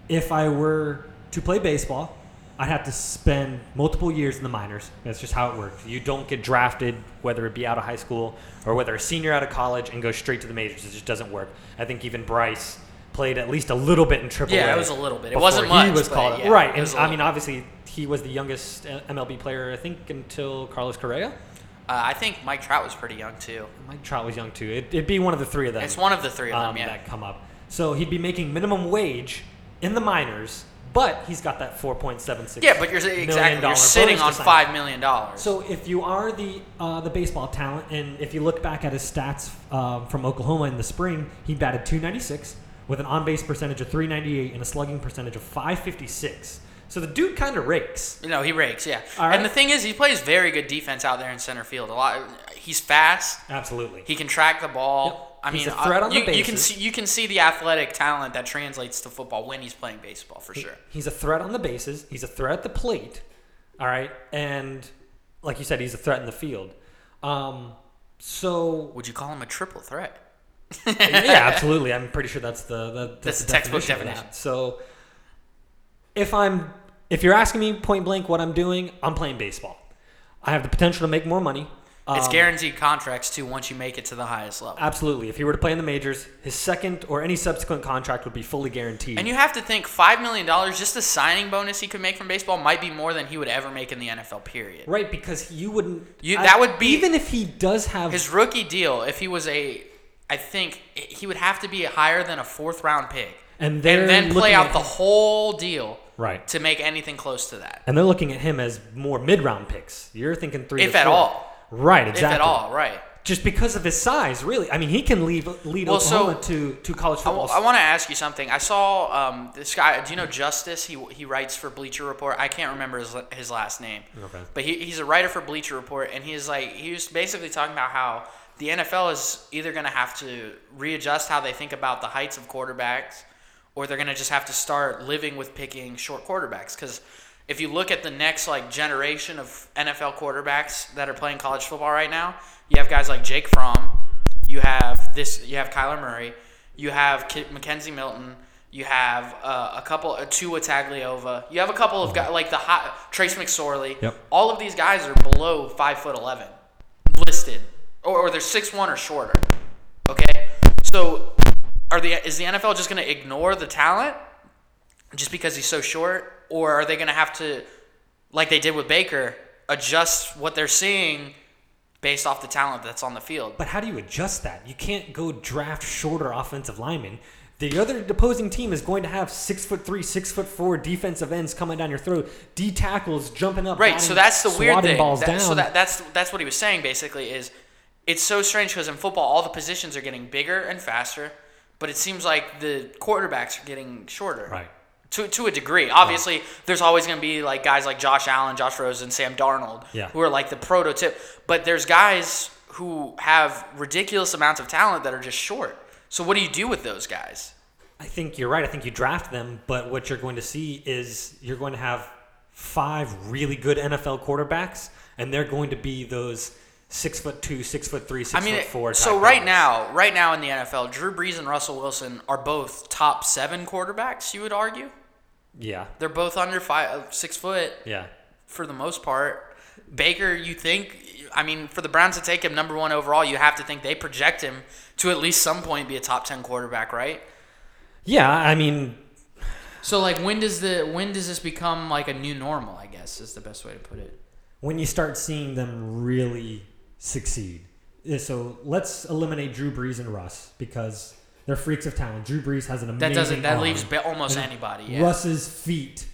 [SPEAKER 6] if I were to play baseball, I'd have to spend multiple years in the minors.
[SPEAKER 5] That's just how it works. You don't get drafted, whether it be out of high school or whether a senior out of college, and go straight to the majors. It just doesn't work. I think even Bryce played at least a little bit in triple.
[SPEAKER 4] Yeah, it was a little bit. It
[SPEAKER 5] before
[SPEAKER 4] wasn't
[SPEAKER 5] he
[SPEAKER 4] much,
[SPEAKER 5] was
[SPEAKER 4] but
[SPEAKER 5] called up.
[SPEAKER 4] yeah,
[SPEAKER 5] right,
[SPEAKER 4] it
[SPEAKER 5] and
[SPEAKER 4] was a
[SPEAKER 5] I
[SPEAKER 4] little-
[SPEAKER 5] mean, obviously, he was the youngest uh, MLB player, I think, until Carlos Correa.
[SPEAKER 4] Uh, I think Mike Trout was pretty young too.
[SPEAKER 5] Mike Trout was young too. It, it'd be one of the three of them.
[SPEAKER 4] It's one of the three of them.
[SPEAKER 5] um,
[SPEAKER 4] yeah.
[SPEAKER 5] that come up. So he'd be making minimum wage in the minors, but he's got that 4.76.
[SPEAKER 4] yeah, but you're
[SPEAKER 5] million
[SPEAKER 4] exactly
[SPEAKER 5] dollar
[SPEAKER 4] you're sitting
[SPEAKER 5] bonus to
[SPEAKER 4] on
[SPEAKER 5] sign.
[SPEAKER 4] five million dollars.
[SPEAKER 6] So if you are the uh, the baseball talent, and if you look back at his stats um, from Oklahoma in the spring, he batted 296 with an on base percentage of 398 and a slugging percentage of 556. So the dude kind of rakes.
[SPEAKER 4] you know he rakes. Yeah,
[SPEAKER 6] All right.
[SPEAKER 4] and the thing is, he plays very good defense out there in center field. A lot. He's fast.
[SPEAKER 5] Absolutely.
[SPEAKER 4] He can track the ball.
[SPEAKER 5] Yep.
[SPEAKER 4] I mean,
[SPEAKER 5] He's a threat
[SPEAKER 4] uh,
[SPEAKER 5] on the
[SPEAKER 4] you, you can
[SPEAKER 5] bases.
[SPEAKER 4] see you can see the athletic talent that translates to football when he's playing baseball for sure.
[SPEAKER 5] He's a threat on the bases. He's a threat at the plate. All right. And like you said, he's a threat in the field. Um, so
[SPEAKER 4] Would you call him a triple threat?
[SPEAKER 5] yeah, absolutely. I'm pretty sure that's the, the
[SPEAKER 4] That's the textbook
[SPEAKER 5] of that.
[SPEAKER 4] definition.
[SPEAKER 5] So if I'm if you're asking me point blank what I'm doing, I'm playing baseball. I have the potential to make more money. Um,
[SPEAKER 4] it's guaranteed contracts too once you make it to the highest level.
[SPEAKER 5] Absolutely. If he were to play in the majors, his second or any subsequent contract would be fully guaranteed.
[SPEAKER 4] And you have to think five million dollars, just the signing bonus he could make from baseball, might be more than he would ever make in the NFL. Period.
[SPEAKER 5] right, because you wouldn't.
[SPEAKER 4] You- that would be-
[SPEAKER 5] even if he does have
[SPEAKER 4] His rookie deal, if he was a, I think he would have to be higher than a fourth round pick,
[SPEAKER 5] And they're
[SPEAKER 4] and then
[SPEAKER 5] looking
[SPEAKER 4] play out
[SPEAKER 5] at
[SPEAKER 4] the
[SPEAKER 5] him-
[SPEAKER 4] whole deal,
[SPEAKER 5] Right.
[SPEAKER 4] to make anything close to that,
[SPEAKER 5] and they're looking at him as more mid-round picks. You're thinking three,
[SPEAKER 4] If
[SPEAKER 5] to
[SPEAKER 4] at
[SPEAKER 5] four.
[SPEAKER 4] all.
[SPEAKER 5] Right. Exactly.
[SPEAKER 4] if at all. Right.
[SPEAKER 5] Just because of his size, really. I mean, he can leave lead
[SPEAKER 4] Well, so-
[SPEAKER 5] Oklahoma to to college
[SPEAKER 4] I,
[SPEAKER 5] football.
[SPEAKER 4] want to ask you something. I saw um, this guy. Do you know Justice? He he writes for Bleacher Report. I can't remember his, his last name.
[SPEAKER 5] Okay.
[SPEAKER 4] But he, he's a writer for Bleacher Report, and he's like he was basically talking about how the NFL is either going to have to readjust how they think about the heights of quarterbacks, or they're going to just have to start living with picking short quarterbacks because. If you look at the next like generation of NFL quarterbacks that are playing college football right now, you have guys like Jake Fromm, you have this. You have Kyler Murray. You have Ki- Mackenzie Milton. You have uh, a couple, uh, Tua Tagliova. You have a couple of guys like the hot Trace McSorley.
[SPEAKER 5] Yep.
[SPEAKER 4] All of these guys are below five foot eleven, listed, or, or they're six one or shorter. Okay, so are the is the NFL just going to ignore the talent just because he's so short, or are they going to have to, like they did with Baker, adjust what they're seeing based off the talent that's on the field?
[SPEAKER 5] But how do you adjust that? You can't go draft shorter offensive linemen. The other opposing team is going to have six foot three, six foot four defensive ends coming down your throat, D tackles jumping up.
[SPEAKER 4] Right. So
[SPEAKER 5] batting-
[SPEAKER 4] that's the weird
[SPEAKER 5] swatting
[SPEAKER 4] thing.
[SPEAKER 5] Balls
[SPEAKER 4] That-
[SPEAKER 5] down.
[SPEAKER 4] So that, that's that's what he was saying basically is it's so strange because in football all the positions are getting bigger and faster, but it seems like the quarterbacks are getting shorter.
[SPEAKER 5] Right.
[SPEAKER 4] To, to a degree, obviously, there's always going to be like guys like Josh Allen, Josh Rosen, Sam Darnold,
[SPEAKER 5] Yeah.
[SPEAKER 4] who are like the prototype. But there's guys who have ridiculous amounts of talent that are just short. So what do you do with those guys?
[SPEAKER 5] I think you're right. I think you draft them, but what you're going to see is you're going to have five really good NFL quarterbacks, and they're going to be those six foot two, six foot three, six
[SPEAKER 4] I mean,
[SPEAKER 5] foot four.
[SPEAKER 4] so
[SPEAKER 5] type
[SPEAKER 4] right
[SPEAKER 5] guys.
[SPEAKER 4] now, right now in the NFL, Drew Brees and Russell Wilson are both top seven quarterbacks. You would argue
[SPEAKER 5] yeah,
[SPEAKER 4] they're both under five, uh, six foot
[SPEAKER 5] yeah,
[SPEAKER 4] for the most part. Baker, you think? I mean, for the Browns to take him number one overall, you have to think they project him to at least some point be a top ten quarterback, right?
[SPEAKER 5] yeah. I mean,
[SPEAKER 4] So like, when does the when does this become like a new normal? I guess is the best way to put it.
[SPEAKER 6] when you start seeing them really succeed. Yeah, So let's eliminate Drew Brees and Russ because they're freaks of talent. Drew Brees has an amazing
[SPEAKER 4] That doesn't that
[SPEAKER 6] arm.
[SPEAKER 4] leaves ba- almost anybody. Yeah.
[SPEAKER 6] Russ's feet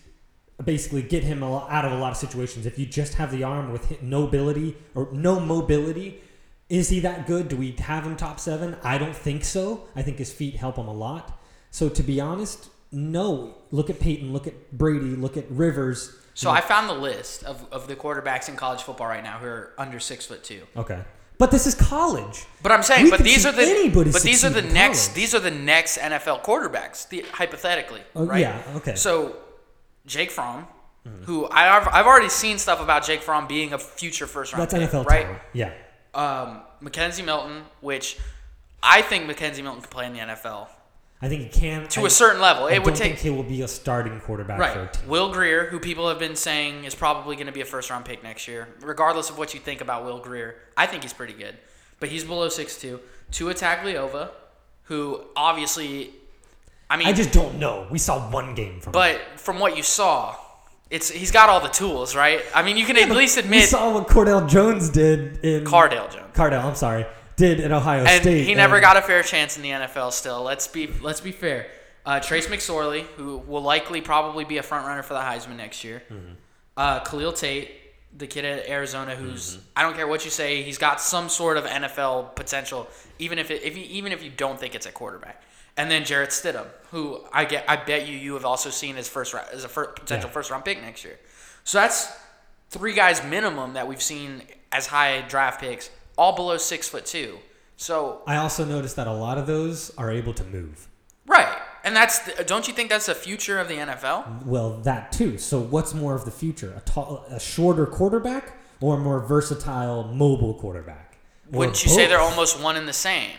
[SPEAKER 6] basically get him a lo- out of a lot of situations. If you just have the arm with hi- no ability or no mobility, is he that good? Do we have him top seven? I don't think so. I think his feet help him a lot. So to be honest, no. Look at Peyton. Look at Brady. Look at Rivers.
[SPEAKER 4] So I found the list of, of the quarterbacks in college football right now who are under six foot two.
[SPEAKER 6] Okay, but this is college.
[SPEAKER 4] But I'm saying,
[SPEAKER 6] We
[SPEAKER 4] but
[SPEAKER 6] can
[SPEAKER 4] these
[SPEAKER 6] see
[SPEAKER 4] are the
[SPEAKER 6] anybody
[SPEAKER 4] but these are the
[SPEAKER 6] succeed in
[SPEAKER 4] next
[SPEAKER 6] college.
[SPEAKER 4] these are the next NFL quarterbacks, the, hypothetically,
[SPEAKER 6] Oh,
[SPEAKER 4] right?
[SPEAKER 6] yeah, okay.
[SPEAKER 4] So Jake Fromm, who I, I've I've already seen stuff about Jake Fromm being a future first round
[SPEAKER 6] That's
[SPEAKER 4] pick,
[SPEAKER 6] NFL
[SPEAKER 4] right?
[SPEAKER 6] talent. Yeah.
[SPEAKER 4] Um, Mackenzie Milton, which I think Mackenzie Milton could play in the NFL
[SPEAKER 6] I think he can
[SPEAKER 4] to
[SPEAKER 6] a
[SPEAKER 4] a certain level.
[SPEAKER 6] I
[SPEAKER 4] it would
[SPEAKER 6] don't
[SPEAKER 4] take
[SPEAKER 6] think he will be a starting quarterback for a
[SPEAKER 4] Right.
[SPEAKER 6] team.
[SPEAKER 4] Will Greer, who people have been saying is probably going to be a first round pick next year, regardless of what you think about Will Greer. I think he's pretty good, but he's below 6'2. Tua Tagliova, who obviously, I mean,
[SPEAKER 6] I just don't know. We saw one game from him.
[SPEAKER 4] but from what you saw, it's he's got all the tools, right? I mean, you can at least
[SPEAKER 6] We
[SPEAKER 4] admit
[SPEAKER 6] saw what Cordell Jones did in
[SPEAKER 4] Cardale Jones.
[SPEAKER 6] Cardell, I'm sorry, did at Ohio
[SPEAKER 4] and
[SPEAKER 6] State. uh,
[SPEAKER 4] he never
[SPEAKER 6] and-
[SPEAKER 4] got a fair chance in the NFL. Still, let's be let's be fair. Uh, Trace McSorley, who will likely probably be a front runner for the Heisman next year.
[SPEAKER 6] Mm-hmm.
[SPEAKER 4] Uh, Khalil Tate, the kid at Arizona, who's
[SPEAKER 6] Mm-hmm.
[SPEAKER 4] I don't care what you say, he's got some sort of NFL potential, even if it, if you, even if you don't think it's a quarterback. And then Jarrett Stidham, who I get I bet you you have also seen as first round, as a fir- potential
[SPEAKER 6] Yeah.
[SPEAKER 4] first round pick next year. So that's three guys minimum that we've seen as high draft picks, all below six foot two. So
[SPEAKER 6] I also noticed that a lot of those are able to move.
[SPEAKER 4] Right. And that's the, don't you think that's the future of the NFL?
[SPEAKER 6] Well, that too. So, what's more of the future? A, tall, a shorter quarterback or a more versatile, mobile quarterback? Or
[SPEAKER 4] Wouldn't you say they're
[SPEAKER 6] both?
[SPEAKER 4] almost one and the same?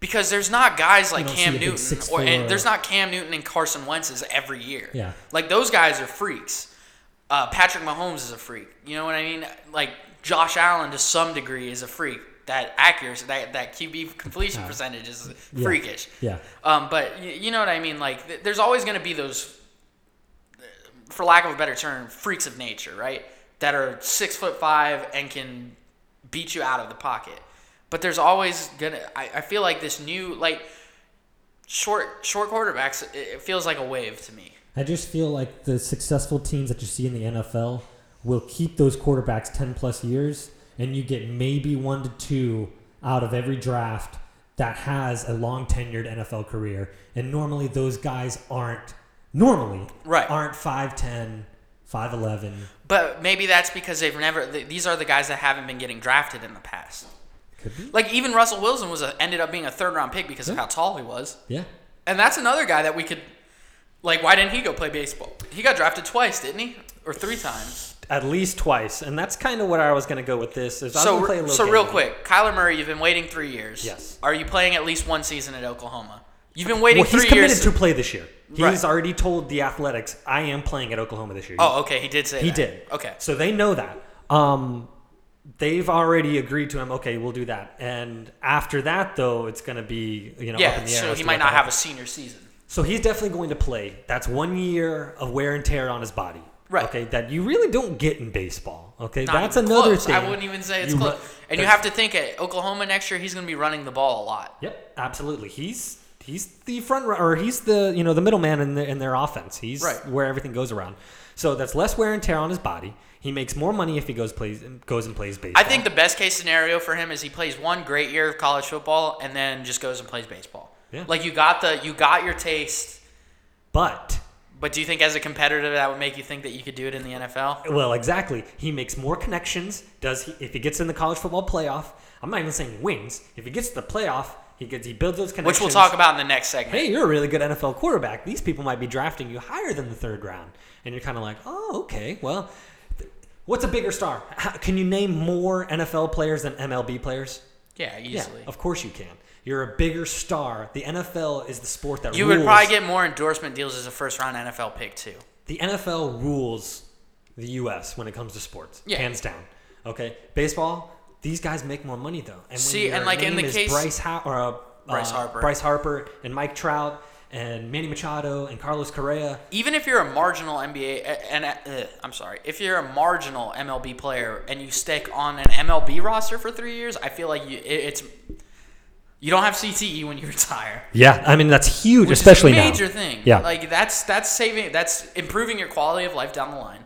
[SPEAKER 4] Because there's not guys like
[SPEAKER 6] don't see
[SPEAKER 4] Cam
[SPEAKER 6] a big
[SPEAKER 4] Newton
[SPEAKER 6] 6'4"
[SPEAKER 4] or and there's not Cam Newton and Carson Wentz's every year.
[SPEAKER 6] Yeah.
[SPEAKER 4] Like those guys are freaks. Uh, Patrick Mahomes is a freak. You know what I mean? Like Josh Allen to some degree is a freak. That accuracy, that, that QB completion percentage is freakish.
[SPEAKER 6] Yeah.
[SPEAKER 4] Um, but y- you know what I mean? Like, th- there's always going to be those, for lack of a better term, freaks of nature, right? That are six foot five and can beat you out of the pocket. But there's always gonna. I, I feel like this new like short short quarterbacks. It, it feels like a wave to me.
[SPEAKER 6] I just feel like the successful teams that you see in the NFL will keep those quarterbacks 10 plus years, and you get maybe one to two out of every draft that has a long tenured NFL career. And normally those guys aren't, normally,
[SPEAKER 4] Right.
[SPEAKER 6] aren't 5'10, 5'11.
[SPEAKER 4] But maybe that's because they've never. Th- these are the guys that haven't been getting drafted in the past.
[SPEAKER 6] Could be.
[SPEAKER 4] Like even Russell Wilson was a, ended up being a third round pick because of how tall he was.
[SPEAKER 6] Yeah.
[SPEAKER 4] And that's another guy that we could like why didn't he go play baseball? He got drafted twice, didn't he? Or three times.
[SPEAKER 5] At least twice, and that's kind of what I was going to go with this. Is I was
[SPEAKER 4] so
[SPEAKER 5] gonna play a little
[SPEAKER 4] so
[SPEAKER 5] game
[SPEAKER 4] real
[SPEAKER 5] with you.
[SPEAKER 4] quick, Kyler Murray, you've been waiting 3 years.
[SPEAKER 5] Yes.
[SPEAKER 4] Are you playing at least one season at Oklahoma? You've been waiting
[SPEAKER 5] Well, he's
[SPEAKER 4] 3
[SPEAKER 5] committed
[SPEAKER 4] years.
[SPEAKER 5] to play this year. He's
[SPEAKER 4] Right.
[SPEAKER 5] already told the Athletics, "I am playing at Oklahoma this year."
[SPEAKER 4] oh, okay, he did say
[SPEAKER 5] He
[SPEAKER 4] that.
[SPEAKER 5] did.
[SPEAKER 4] Okay.
[SPEAKER 5] So they know that. Um, they've already agreed to him. Okay, we'll do that. And after that, though, it's going to be you know up
[SPEAKER 4] yeah,
[SPEAKER 5] in the air.
[SPEAKER 4] so
[SPEAKER 5] as
[SPEAKER 4] he
[SPEAKER 5] to
[SPEAKER 4] might
[SPEAKER 5] what
[SPEAKER 4] not
[SPEAKER 5] the
[SPEAKER 4] have
[SPEAKER 5] hell-
[SPEAKER 4] a senior season.
[SPEAKER 5] So he's definitely going to play. That's one year of wear and tear on his body.
[SPEAKER 4] Right.
[SPEAKER 5] Okay. That you really don't get in baseball. Okay.
[SPEAKER 4] Not
[SPEAKER 5] that's
[SPEAKER 4] even
[SPEAKER 5] another
[SPEAKER 4] close.
[SPEAKER 5] thing.
[SPEAKER 4] I wouldn't even say it's
[SPEAKER 5] You
[SPEAKER 4] close.
[SPEAKER 5] ru-
[SPEAKER 4] And you
[SPEAKER 5] that's-
[SPEAKER 4] have to think at Oklahoma next year he's going to be running the ball a lot.
[SPEAKER 5] Yep. Absolutely. He's he's the front ru- or he's the you know the middleman in the, in their offense. He's
[SPEAKER 4] Right.
[SPEAKER 5] where everything goes around. So that's less wear and tear on his body. He makes more money if he goes plays goes and plays baseball.
[SPEAKER 4] I think the best case scenario for him is he plays one great year of college football and then just goes and plays baseball.
[SPEAKER 5] Yeah.
[SPEAKER 4] Like you got the you got your taste,
[SPEAKER 5] but
[SPEAKER 4] but do you think as a competitor that would make you think that you could do it in the NFL?
[SPEAKER 5] Well, exactly. He makes more connections. Does he? If he gets in the college football playoff, I'm not even saying wins. If he gets to the playoff, he gets he builds those connections.
[SPEAKER 4] Which we'll talk about in the next segment.
[SPEAKER 5] Hey, you're a really good NFL quarterback. These people might be drafting you higher than the third round, and you're kind of like, oh, okay. Well, th- what's a bigger star? How, can you name more NFL players than MLB players?
[SPEAKER 4] Yeah, easily.
[SPEAKER 5] of course you can. You're a bigger star. The NFL is the sport that
[SPEAKER 4] you
[SPEAKER 5] rules.
[SPEAKER 4] would probably get more endorsement deals as a first round NFL pick too.
[SPEAKER 5] the NFL rules the U.S. when it comes to sports,
[SPEAKER 4] Yeah.
[SPEAKER 5] hands down. Okay, baseball. These guys make more money though. And when
[SPEAKER 4] See, and
[SPEAKER 5] your
[SPEAKER 4] like in
[SPEAKER 5] name
[SPEAKER 4] the
[SPEAKER 5] is
[SPEAKER 4] case-
[SPEAKER 5] Bryce Ho- or uh,
[SPEAKER 4] Bryce
[SPEAKER 5] uh,
[SPEAKER 4] Harper.
[SPEAKER 5] Bryce Harper and Mike Trout and Manny Machado and Carlos Correa.
[SPEAKER 4] Even if you're a marginal NBA and uh, I'm sorry, if you're a marginal MLB player and you stick on an MLB roster for 3 years, I feel like you it, it's you don't have CTE when you retire.
[SPEAKER 5] Yeah, I mean that's huge,
[SPEAKER 4] which
[SPEAKER 5] especially
[SPEAKER 4] is a
[SPEAKER 5] now.
[SPEAKER 4] major thing.
[SPEAKER 5] Yeah,
[SPEAKER 4] like that's that's saving that's improving your quality of life down the line.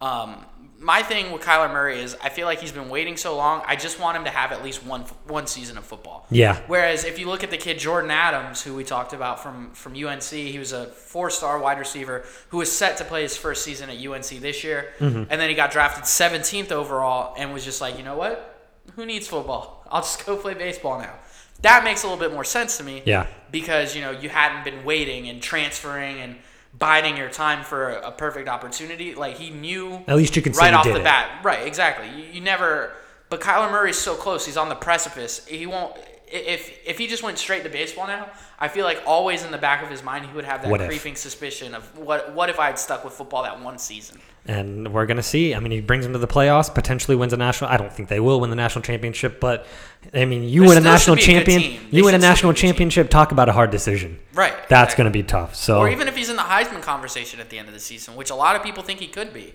[SPEAKER 4] Um, my thing with Kyler Murray is I feel like he's been waiting so long. I just want him to have at least one one season of football.
[SPEAKER 5] Yeah.
[SPEAKER 4] Whereas if you look at the kid Jordan Adams, who we talked about from from UNC, he was a four star wide receiver who was set to play his first season at UNC this year,
[SPEAKER 5] Mm-hmm.
[SPEAKER 4] and then he got drafted 17th overall and was just like, you know what? Who needs football? I'll just go play baseball now. That makes a little bit more sense to me
[SPEAKER 5] yeah.
[SPEAKER 4] because you know you hadn't been waiting and transferring and biding your time for a, a perfect opportunity. Like he knew
[SPEAKER 5] At least you can say
[SPEAKER 4] right
[SPEAKER 5] you
[SPEAKER 4] off
[SPEAKER 5] did
[SPEAKER 4] the
[SPEAKER 5] it.
[SPEAKER 4] bat. Right, exactly. You, you never. But Kyler Murray's so close. He's on the precipice. He won't. i- If if he just went straight to baseball now, I feel like always in the back of his mind he would have that
[SPEAKER 5] What if?
[SPEAKER 4] creeping suspicion of what what if I had stuck with football that one season.
[SPEAKER 5] And we're gonna see. I mean, he brings them to the playoffs. Potentially wins a national. I don't think they will win the national championship, but I mean, you
[SPEAKER 4] There
[SPEAKER 5] win a
[SPEAKER 4] still
[SPEAKER 5] national
[SPEAKER 4] should be a good
[SPEAKER 5] champion.
[SPEAKER 4] team. They
[SPEAKER 5] You win a
[SPEAKER 4] should still be a
[SPEAKER 5] national
[SPEAKER 4] good team.
[SPEAKER 5] championship. Talk about a hard decision.
[SPEAKER 4] Right.
[SPEAKER 5] That's
[SPEAKER 4] exactly.
[SPEAKER 5] going to be tough. So,
[SPEAKER 4] Or even if he's in the Heisman conversation at the end of the season, which a lot of people think he could be.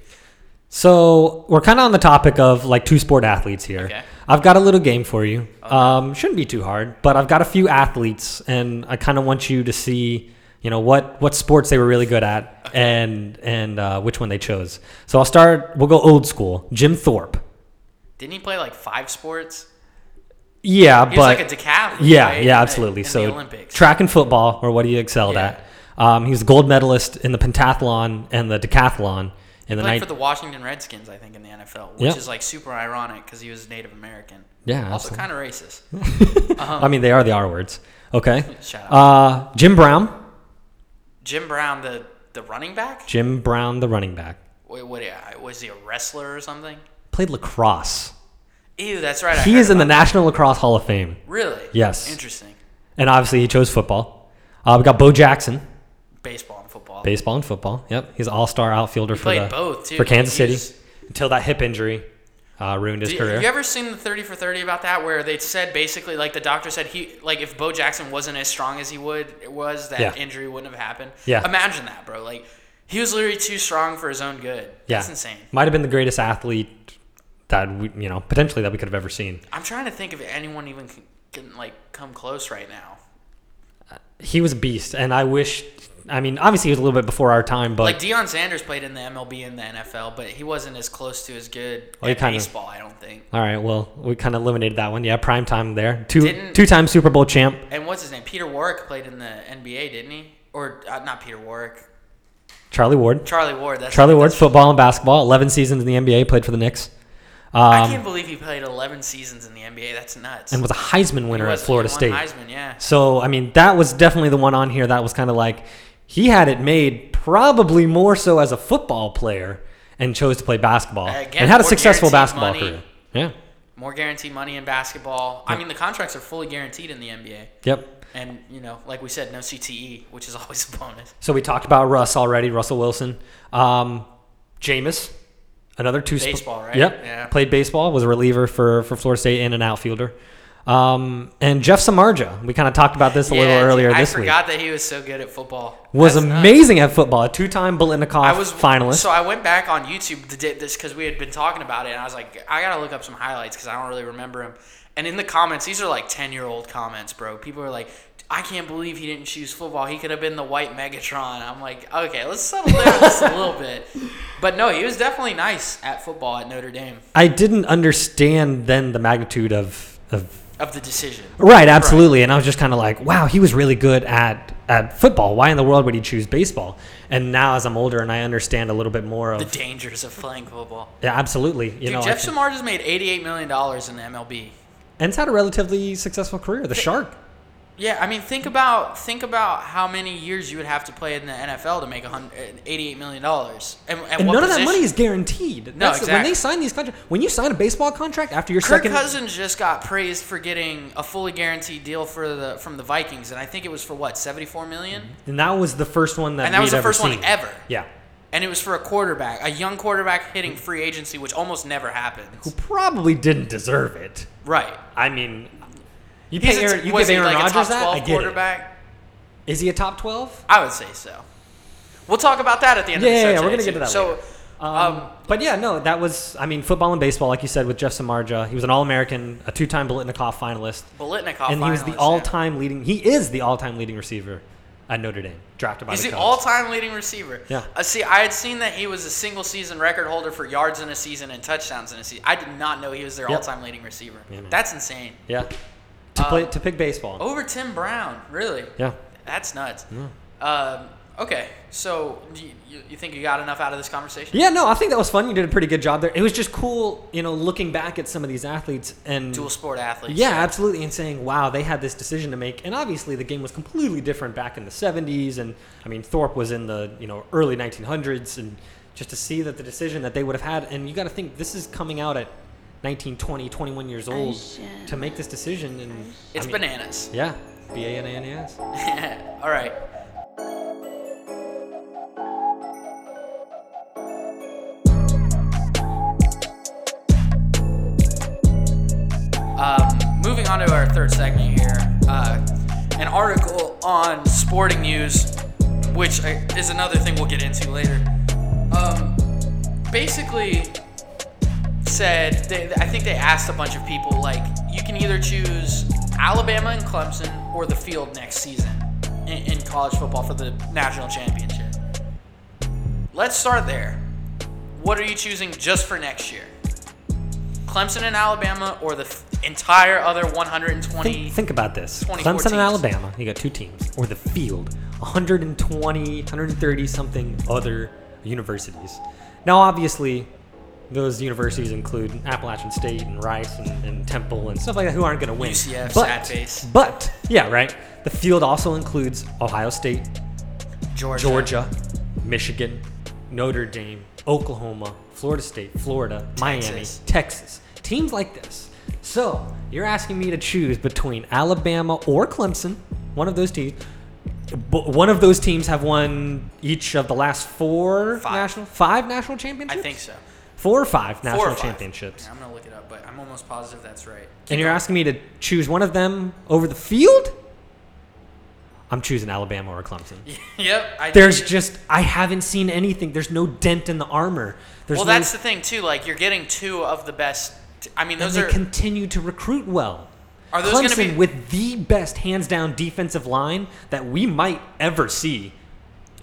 [SPEAKER 5] so we're kind of on the topic of like two sport athletes here.
[SPEAKER 4] Okay.
[SPEAKER 5] I've got a little game for you. Um, shouldn't be too hard, but I've got a few athletes, and I kind of want you to see, you know, what what sports they were really good at, and and uh, which one they chose. So I'll start. We'll go old school. Jim Thorpe.
[SPEAKER 4] Didn't he play like five sports?
[SPEAKER 5] Yeah,
[SPEAKER 4] He
[SPEAKER 5] but
[SPEAKER 4] was like a decathlete.
[SPEAKER 5] Yeah,
[SPEAKER 4] right?
[SPEAKER 5] yeah,
[SPEAKER 4] In-
[SPEAKER 5] absolutely.
[SPEAKER 4] in
[SPEAKER 5] so
[SPEAKER 4] the Olympics.
[SPEAKER 5] track and football were what he excelled
[SPEAKER 4] Yeah.
[SPEAKER 5] at. Um, he was a gold medalist in the pentathlon and the decathlon in the
[SPEAKER 4] played
[SPEAKER 5] night.
[SPEAKER 4] for the Washington Redskins, I think, in the NFL, which
[SPEAKER 5] Yeah.
[SPEAKER 4] is like super ironic because he was Native American.
[SPEAKER 5] Yeah,
[SPEAKER 4] also
[SPEAKER 5] absolutely.
[SPEAKER 4] kind of racist.
[SPEAKER 5] I mean, they are the R words. Okay.
[SPEAKER 4] Uh-huh. Shout out.
[SPEAKER 5] Uh, Jim Brown.
[SPEAKER 4] Jim Brown, the the running back.
[SPEAKER 5] Jim Brown, the running back,
[SPEAKER 4] Wait, what? yeah, Was he a wrestler or something?
[SPEAKER 5] played lacrosse.
[SPEAKER 4] Ew, that's right. I
[SPEAKER 5] He
[SPEAKER 4] heard
[SPEAKER 5] is in the
[SPEAKER 4] about
[SPEAKER 5] National Lacrosse Hall of Fame,
[SPEAKER 4] that. Really?
[SPEAKER 5] Yes.
[SPEAKER 4] Interesting.
[SPEAKER 5] and obviously he chose football. Uh, we got Bo Jackson,
[SPEAKER 4] Baseball and football.
[SPEAKER 5] baseball and football. Yep, he's an all-star outfielder for
[SPEAKER 4] played
[SPEAKER 5] the,
[SPEAKER 4] both, too.
[SPEAKER 5] for Kansas
[SPEAKER 4] Jeez.
[SPEAKER 5] City until that hip injury. uh, ruined his
[SPEAKER 4] Did-
[SPEAKER 5] career.
[SPEAKER 4] You ever seen the 30 for 30 about that where they said basically like the doctor said he like if Bo Jackson wasn't as strong as he would it was that
[SPEAKER 5] Yeah.
[SPEAKER 4] injury wouldn't have happened.
[SPEAKER 5] Yeah.
[SPEAKER 4] Imagine that, bro. Like he was literally too strong for his own good.
[SPEAKER 5] yeah,
[SPEAKER 4] That's insane.
[SPEAKER 5] Might have been the greatest athlete that we, you know, potentially that we could have ever seen.
[SPEAKER 4] I'm trying to think if anyone even can, can like come close right now.
[SPEAKER 5] He was a beast, and I wish. I mean, obviously, he was a little bit before our time, but
[SPEAKER 4] Like Deion Sanders played in the MLB and the NFL, but he wasn't as close to as good
[SPEAKER 5] Well, he
[SPEAKER 4] at
[SPEAKER 5] kinda-
[SPEAKER 4] baseball, I don't think.
[SPEAKER 5] all right, well, we kind of eliminated that one. Yeah, prime time there. Two
[SPEAKER 4] Didn't-
[SPEAKER 5] two time Super Bowl champ.
[SPEAKER 4] And what's his name? Peter Warwick played in the NBA, didn't he? Or uh, not Peter Warwick.
[SPEAKER 5] Charlie Ward.
[SPEAKER 4] Charlie Ward. That's
[SPEAKER 5] Charlie Ward,
[SPEAKER 4] that's-
[SPEAKER 5] football and basketball. Eleven seasons in the NBA, played for the Knicks,
[SPEAKER 4] I
[SPEAKER 5] um,
[SPEAKER 4] can't believe he played 11 seasons in the NBA. That's nuts.
[SPEAKER 5] and was a Heisman winner at
[SPEAKER 4] was-
[SPEAKER 5] Florida
[SPEAKER 4] he won
[SPEAKER 5] State.
[SPEAKER 4] Heisman, yeah.
[SPEAKER 5] So I mean, that was definitely the one on here that was kind of like he had it made, probably more so as a football player, and chose to play basketball
[SPEAKER 4] Again,
[SPEAKER 5] and had a
[SPEAKER 4] more
[SPEAKER 5] successful
[SPEAKER 4] guaranteed
[SPEAKER 5] basketball
[SPEAKER 4] money.
[SPEAKER 5] career. Yeah.
[SPEAKER 4] More guaranteed money in basketball. I mean, the contracts are fully guaranteed in the NBA.
[SPEAKER 5] Yep.
[SPEAKER 4] And, you know, like we said, no CTE, which is always a bonus.
[SPEAKER 5] So we talked about Russ already, Russell Wilson, um, Jameis, another two sp-
[SPEAKER 4] Baseball, right?
[SPEAKER 5] Yep.
[SPEAKER 4] Yeah.
[SPEAKER 5] Played baseball, was a reliever for for Florida State and an outfielder. Um, and Jeff Samarja, we kind of talked about this a little
[SPEAKER 4] Yeah, dude,
[SPEAKER 5] earlier
[SPEAKER 4] I
[SPEAKER 5] this week.
[SPEAKER 4] forgot that he was so good at football.
[SPEAKER 5] Was
[SPEAKER 4] That's nuts.
[SPEAKER 5] amazing at football, a two-time Bolitnikov
[SPEAKER 4] I was
[SPEAKER 5] finalist.
[SPEAKER 4] So I went back on YouTube to did this because we had been talking about it, and I was like, I gotta look up some highlights because I don't really remember him. And in the comments, these are like ten year old comments, bro. People are like, I can't believe he didn't choose football. He could have been the white Megatron. I'm like, okay, let's settle there just a little bit. But no, he was definitely nice at football at Notre Dame
[SPEAKER 5] I didn't understand then the magnitude of, of
[SPEAKER 4] of the decision.
[SPEAKER 5] right, absolutely. And I was just kind of like, wow, he was really good at at football. Why in the world would he choose baseball? And now as I'm older and I understand a little bit more of
[SPEAKER 4] The dangers of playing football.
[SPEAKER 5] yeah, absolutely, you
[SPEAKER 4] Dude,
[SPEAKER 5] know, I
[SPEAKER 4] Jeff
[SPEAKER 5] think-
[SPEAKER 4] Samar just made eighty-eight million dollars in the MLB.
[SPEAKER 5] and's had a relatively successful career. The shark.
[SPEAKER 4] Yeah, I mean, think about think about how many years you would have to play in the NFL to make a hun- uh, $88 million. dollars. And, and,
[SPEAKER 5] And
[SPEAKER 4] what
[SPEAKER 5] none of that
[SPEAKER 4] position?
[SPEAKER 5] money is guaranteed. That's when
[SPEAKER 4] exactly.
[SPEAKER 5] they sign these contracts. When you sign a baseball contract after your
[SPEAKER 4] Kirk
[SPEAKER 5] second
[SPEAKER 4] Cousins just got praised for getting a fully guaranteed deal for the from the Vikings, and I think it was for what seventy four million,
[SPEAKER 5] and that was the first one that
[SPEAKER 4] and that was
[SPEAKER 5] we'd
[SPEAKER 4] the
[SPEAKER 5] ever
[SPEAKER 4] first one
[SPEAKER 5] seen.
[SPEAKER 4] ever.
[SPEAKER 5] Yeah.
[SPEAKER 4] and it was for a quarterback, a young quarterback
[SPEAKER 5] Mm-hmm.
[SPEAKER 4] hitting free agency, which almost never happens.
[SPEAKER 5] Probably didn't deserve it.
[SPEAKER 4] Right?
[SPEAKER 5] I mean, you
[SPEAKER 4] He's a t-
[SPEAKER 5] pay Aaron, you
[SPEAKER 4] was
[SPEAKER 5] give
[SPEAKER 4] he
[SPEAKER 5] Aaron
[SPEAKER 4] like a top
[SPEAKER 5] Rodgers that. I
[SPEAKER 4] twelve
[SPEAKER 5] get it.
[SPEAKER 4] quarterback?
[SPEAKER 5] Is he a top 12?
[SPEAKER 4] I would say so. We'll talk about that at the end
[SPEAKER 5] Yeah,
[SPEAKER 4] of the show.
[SPEAKER 5] yeah, yeah, we're
[SPEAKER 4] today,
[SPEAKER 5] gonna
[SPEAKER 4] too.
[SPEAKER 5] get to that
[SPEAKER 4] So,
[SPEAKER 5] later. Um,
[SPEAKER 4] um,
[SPEAKER 5] but yeah, no, that was, I mean, football and baseball, like you said, with Jeff Samarja. He was an All American, a two time Bolitnikov finalist.
[SPEAKER 4] Bolitnikov,
[SPEAKER 5] and he was the
[SPEAKER 4] finalist,
[SPEAKER 5] all
[SPEAKER 4] yeah.
[SPEAKER 5] time leading, he is the all time leading receiver at Notre Dame, drafted by
[SPEAKER 4] He's
[SPEAKER 5] the
[SPEAKER 4] the
[SPEAKER 5] Cubs.
[SPEAKER 4] all-time leading receiver.
[SPEAKER 5] Yeah.
[SPEAKER 4] Uh, see, I had seen that he was a single-season record holder for yards in a season and touchdowns in a season. I did not know he was their
[SPEAKER 5] Yep.
[SPEAKER 4] all-time leading receiver.
[SPEAKER 5] man.
[SPEAKER 4] That's insane.
[SPEAKER 5] yeah. To, play, to pick baseball.
[SPEAKER 4] Over Tim Brown, really?
[SPEAKER 5] Yeah.
[SPEAKER 4] That's nuts. Um, okay, so do you, you, you think you got enough out of this conversation?
[SPEAKER 5] Yeah, no, I think that was fun. You did a pretty good job there. It was just cool, you know, looking back at some of these athletes and
[SPEAKER 4] Dual sport athletes.
[SPEAKER 5] Yeah, absolutely. And saying, wow, they had this decision to make. And obviously, the game was completely different back in the 70s. And I mean, Thorpe was in the you know early 1900s. And just to see that the decision that they would have had, and you got to think this is coming out at 19, 20, 21 years old to make this decision. And
[SPEAKER 4] It's
[SPEAKER 5] I mean,
[SPEAKER 4] bananas.
[SPEAKER 5] Yeah, B A N A N A S.
[SPEAKER 4] All right. Um, moving on to our third segment here, uh, an article on sporting news, which I, is another thing we'll get into later. Um, basically, said they, I think they asked a bunch of people like you can either choose Alabama and Clemson or the field next season in, in college football for the national championship. Let's start there. What are you choosing just for next year? Clemson and Alabama or the f- entire other 120
[SPEAKER 5] Think, think about this
[SPEAKER 4] 24
[SPEAKER 5] Clemson
[SPEAKER 4] teams.
[SPEAKER 5] and Alabama, you got two teams, or the field, 120, 130 something other universities. Now, obviously, those universities include Appalachian State and Rice and, and Temple and stuff like that who aren't going to win.
[SPEAKER 4] UCF,
[SPEAKER 5] but,
[SPEAKER 4] sad face.
[SPEAKER 5] But, yeah, right. The field also includes Ohio State,
[SPEAKER 4] Georgia.
[SPEAKER 5] Georgia, Michigan, Notre Dame, Oklahoma, Florida State, Florida, Miami,
[SPEAKER 4] Texas.
[SPEAKER 5] Texas. Teams like this. So you're asking me to choose between Alabama or Clemson, one of those teams. But one of those teams have won each of the last four
[SPEAKER 4] Five.
[SPEAKER 5] national, five national championships.
[SPEAKER 4] I think so.
[SPEAKER 5] Four or five
[SPEAKER 4] Four
[SPEAKER 5] national
[SPEAKER 4] or five.
[SPEAKER 5] championships.
[SPEAKER 4] Yeah, I'm gonna look it up, but I'm almost positive that's right.
[SPEAKER 5] And you're asking me to choose one of them over the field? I'm choosing Alabama or Clemson.
[SPEAKER 4] yep. I
[SPEAKER 5] There's just I haven't seen anything. There's no dent in the armor. There's
[SPEAKER 4] well,
[SPEAKER 5] no,
[SPEAKER 4] that's the thing too. Like you're getting two of the best. I mean,
[SPEAKER 5] and
[SPEAKER 4] those
[SPEAKER 5] they
[SPEAKER 4] are
[SPEAKER 5] continue to recruit well.
[SPEAKER 4] Are those gonna
[SPEAKER 5] Clemson
[SPEAKER 4] be-
[SPEAKER 5] with the best hands down defensive line that we might ever see.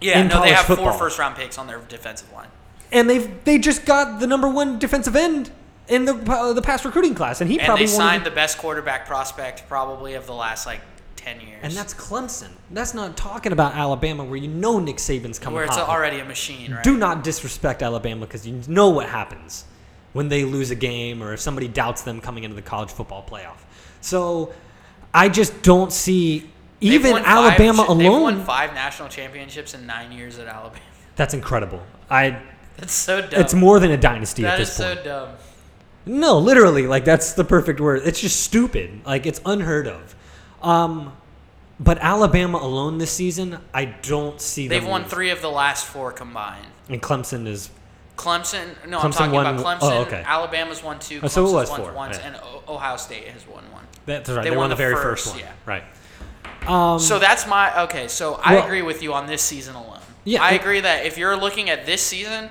[SPEAKER 4] yeah.
[SPEAKER 5] in
[SPEAKER 4] No, they
[SPEAKER 5] college
[SPEAKER 4] have four
[SPEAKER 5] football.
[SPEAKER 4] first round picks on their defensive line.
[SPEAKER 5] And they've they just got the number 1 defensive end in the uh, the past recruiting class and he
[SPEAKER 4] And
[SPEAKER 5] probably
[SPEAKER 4] they
[SPEAKER 5] won't
[SPEAKER 4] signed
[SPEAKER 5] even-
[SPEAKER 4] the best quarterback prospect probably of the last like ten years.
[SPEAKER 5] and that's Clemson. That's not talking about Alabama where you know Nick Saban's coming
[SPEAKER 4] where it's
[SPEAKER 5] hot.
[SPEAKER 4] already a machine, right?
[SPEAKER 5] Do not disrespect Alabama because you know what happens when they lose a game or if somebody doubts them coming into the college football playoff. So I just don't see
[SPEAKER 4] They've
[SPEAKER 5] even
[SPEAKER 4] won five
[SPEAKER 5] Alabama
[SPEAKER 4] cha- They've won
[SPEAKER 5] alone.
[SPEAKER 4] five national championships in nine years at Alabama.
[SPEAKER 5] That's incredible. I.
[SPEAKER 4] That's so dumb.
[SPEAKER 5] It's more than a dynasty at
[SPEAKER 4] That is
[SPEAKER 5] this
[SPEAKER 4] so
[SPEAKER 5] point.
[SPEAKER 4] dumb.
[SPEAKER 5] No, literally, like that's the perfect word. It's just stupid. Like it's unheard of. Um, but Alabama alone this season, I don't see
[SPEAKER 4] They've
[SPEAKER 5] them
[SPEAKER 4] won
[SPEAKER 5] lose.
[SPEAKER 4] three of the last four combined.
[SPEAKER 5] And Clemson is
[SPEAKER 4] Clemson, no, I'm
[SPEAKER 5] Clemson
[SPEAKER 4] talking
[SPEAKER 5] won-
[SPEAKER 4] about Clemson.
[SPEAKER 5] oh, okay.
[SPEAKER 4] Alabama's won two.
[SPEAKER 5] Oh,
[SPEAKER 4] Clemson's
[SPEAKER 5] so it was
[SPEAKER 4] won
[SPEAKER 5] four,
[SPEAKER 4] once,
[SPEAKER 5] yeah.
[SPEAKER 4] and O- Ohio State has won one.
[SPEAKER 5] that's right.
[SPEAKER 4] They
[SPEAKER 5] They,
[SPEAKER 4] won
[SPEAKER 5] won, the
[SPEAKER 4] the
[SPEAKER 5] very
[SPEAKER 4] first,
[SPEAKER 5] first, one.
[SPEAKER 4] yeah.
[SPEAKER 5] Right.
[SPEAKER 4] so that's my okay. So I
[SPEAKER 5] Well-
[SPEAKER 4] agree with you on this season alone.
[SPEAKER 5] Yeah,
[SPEAKER 4] I
[SPEAKER 5] it-
[SPEAKER 4] agree that if you're looking at this season,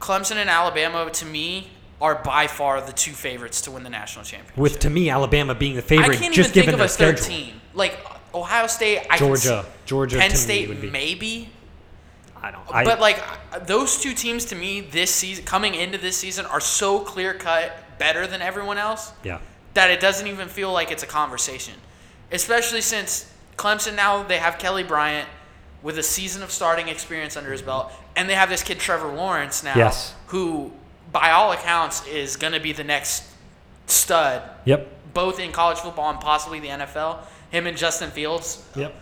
[SPEAKER 4] Clemson and Alabama to me are by far the two favorites to win the national championship.
[SPEAKER 5] With to me, Alabama being the
[SPEAKER 4] I
[SPEAKER 5] favorite,
[SPEAKER 4] can't
[SPEAKER 5] just
[SPEAKER 4] even think
[SPEAKER 5] given
[SPEAKER 4] of a
[SPEAKER 5] their
[SPEAKER 4] third
[SPEAKER 5] schedule.
[SPEAKER 4] team. Like Ohio State, I
[SPEAKER 5] Georgia.
[SPEAKER 4] can, s-
[SPEAKER 5] Georgia
[SPEAKER 4] Penn
[SPEAKER 5] to me
[SPEAKER 4] State,
[SPEAKER 5] would be-
[SPEAKER 4] maybe.
[SPEAKER 5] I don't. I,
[SPEAKER 4] but like I- those two teams to me this season, coming into this season, are so clear cut better than everyone else
[SPEAKER 5] yeah,
[SPEAKER 4] that it doesn't even feel like it's a conversation. Especially since Clemson now they have Kelly Bryant with a season of starting experience under his belt, and they have this kid Trevor Lawrence now,
[SPEAKER 5] Yes.
[SPEAKER 4] who by all accounts is going to be the next stud,
[SPEAKER 5] yep,
[SPEAKER 4] both in college football and possibly the NFL. Him and Justin Fields,
[SPEAKER 5] yep.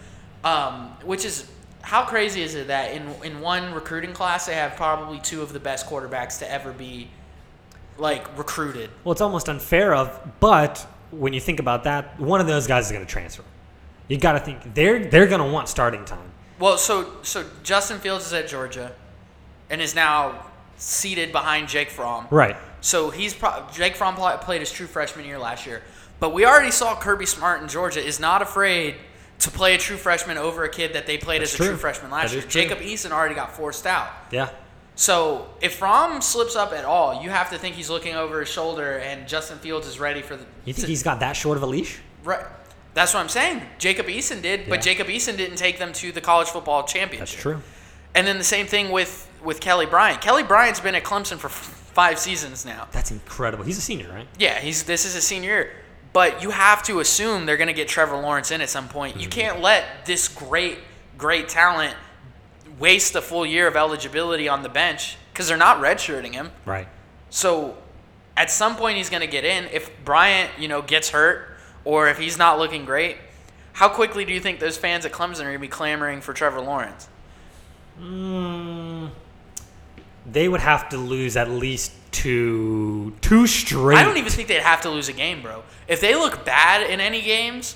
[SPEAKER 4] um, which is how crazy is it that in in one recruiting class they have probably two of the best quarterbacks to ever be like recruited.
[SPEAKER 5] Well, it's almost unfair of, but when you think about that, one of those guys is going to transfer. You got to think they're they're going to want starting time.
[SPEAKER 4] Well, so so Justin Fields is at Georgia, and is now seated behind Jake Fromm.
[SPEAKER 5] Right.
[SPEAKER 4] So he's pro- Jake Fromm pl- played his true freshman year last year, but we already saw Kirby Smart in Georgia is not afraid to play a true freshman over a kid that they played
[SPEAKER 5] That's
[SPEAKER 4] as a
[SPEAKER 5] true.
[SPEAKER 4] true freshman last
[SPEAKER 5] That
[SPEAKER 4] year.
[SPEAKER 5] is true.
[SPEAKER 4] Jacob Eason already got forced out.
[SPEAKER 5] Yeah.
[SPEAKER 4] So if Fromm slips up at all, you have to think he's looking over his shoulder, and Justin Fields is ready for the.
[SPEAKER 5] You think
[SPEAKER 4] to-
[SPEAKER 5] he's got that short of a leash?
[SPEAKER 4] Right. That's what I'm saying. Jacob Eason did, but
[SPEAKER 5] Yeah.
[SPEAKER 4] Jacob Eason didn't take them to the college football championship.
[SPEAKER 5] That's true.
[SPEAKER 4] And then the same thing with with Kelly Bryant. Kelly Bryant's been at Clemson for f- five seasons now.
[SPEAKER 5] That's incredible. He's a senior, right?
[SPEAKER 4] Yeah, he's this is his senior year. But you have to assume they're going to get Trevor Lawrence in at some point. You can't let this great, great talent waste a full year of eligibility on the bench because they're not redshirting him.
[SPEAKER 5] Right.
[SPEAKER 4] So at some point he's going to get in. If Bryant, you know, gets hurt or if he's not looking great, how quickly do you think those fans at Clemson are going to be clamoring for Trevor Lawrence?
[SPEAKER 5] Hmm. They would have to lose at least two two straight.
[SPEAKER 4] I don't even think they'd have to lose a game, bro. If they look bad in any games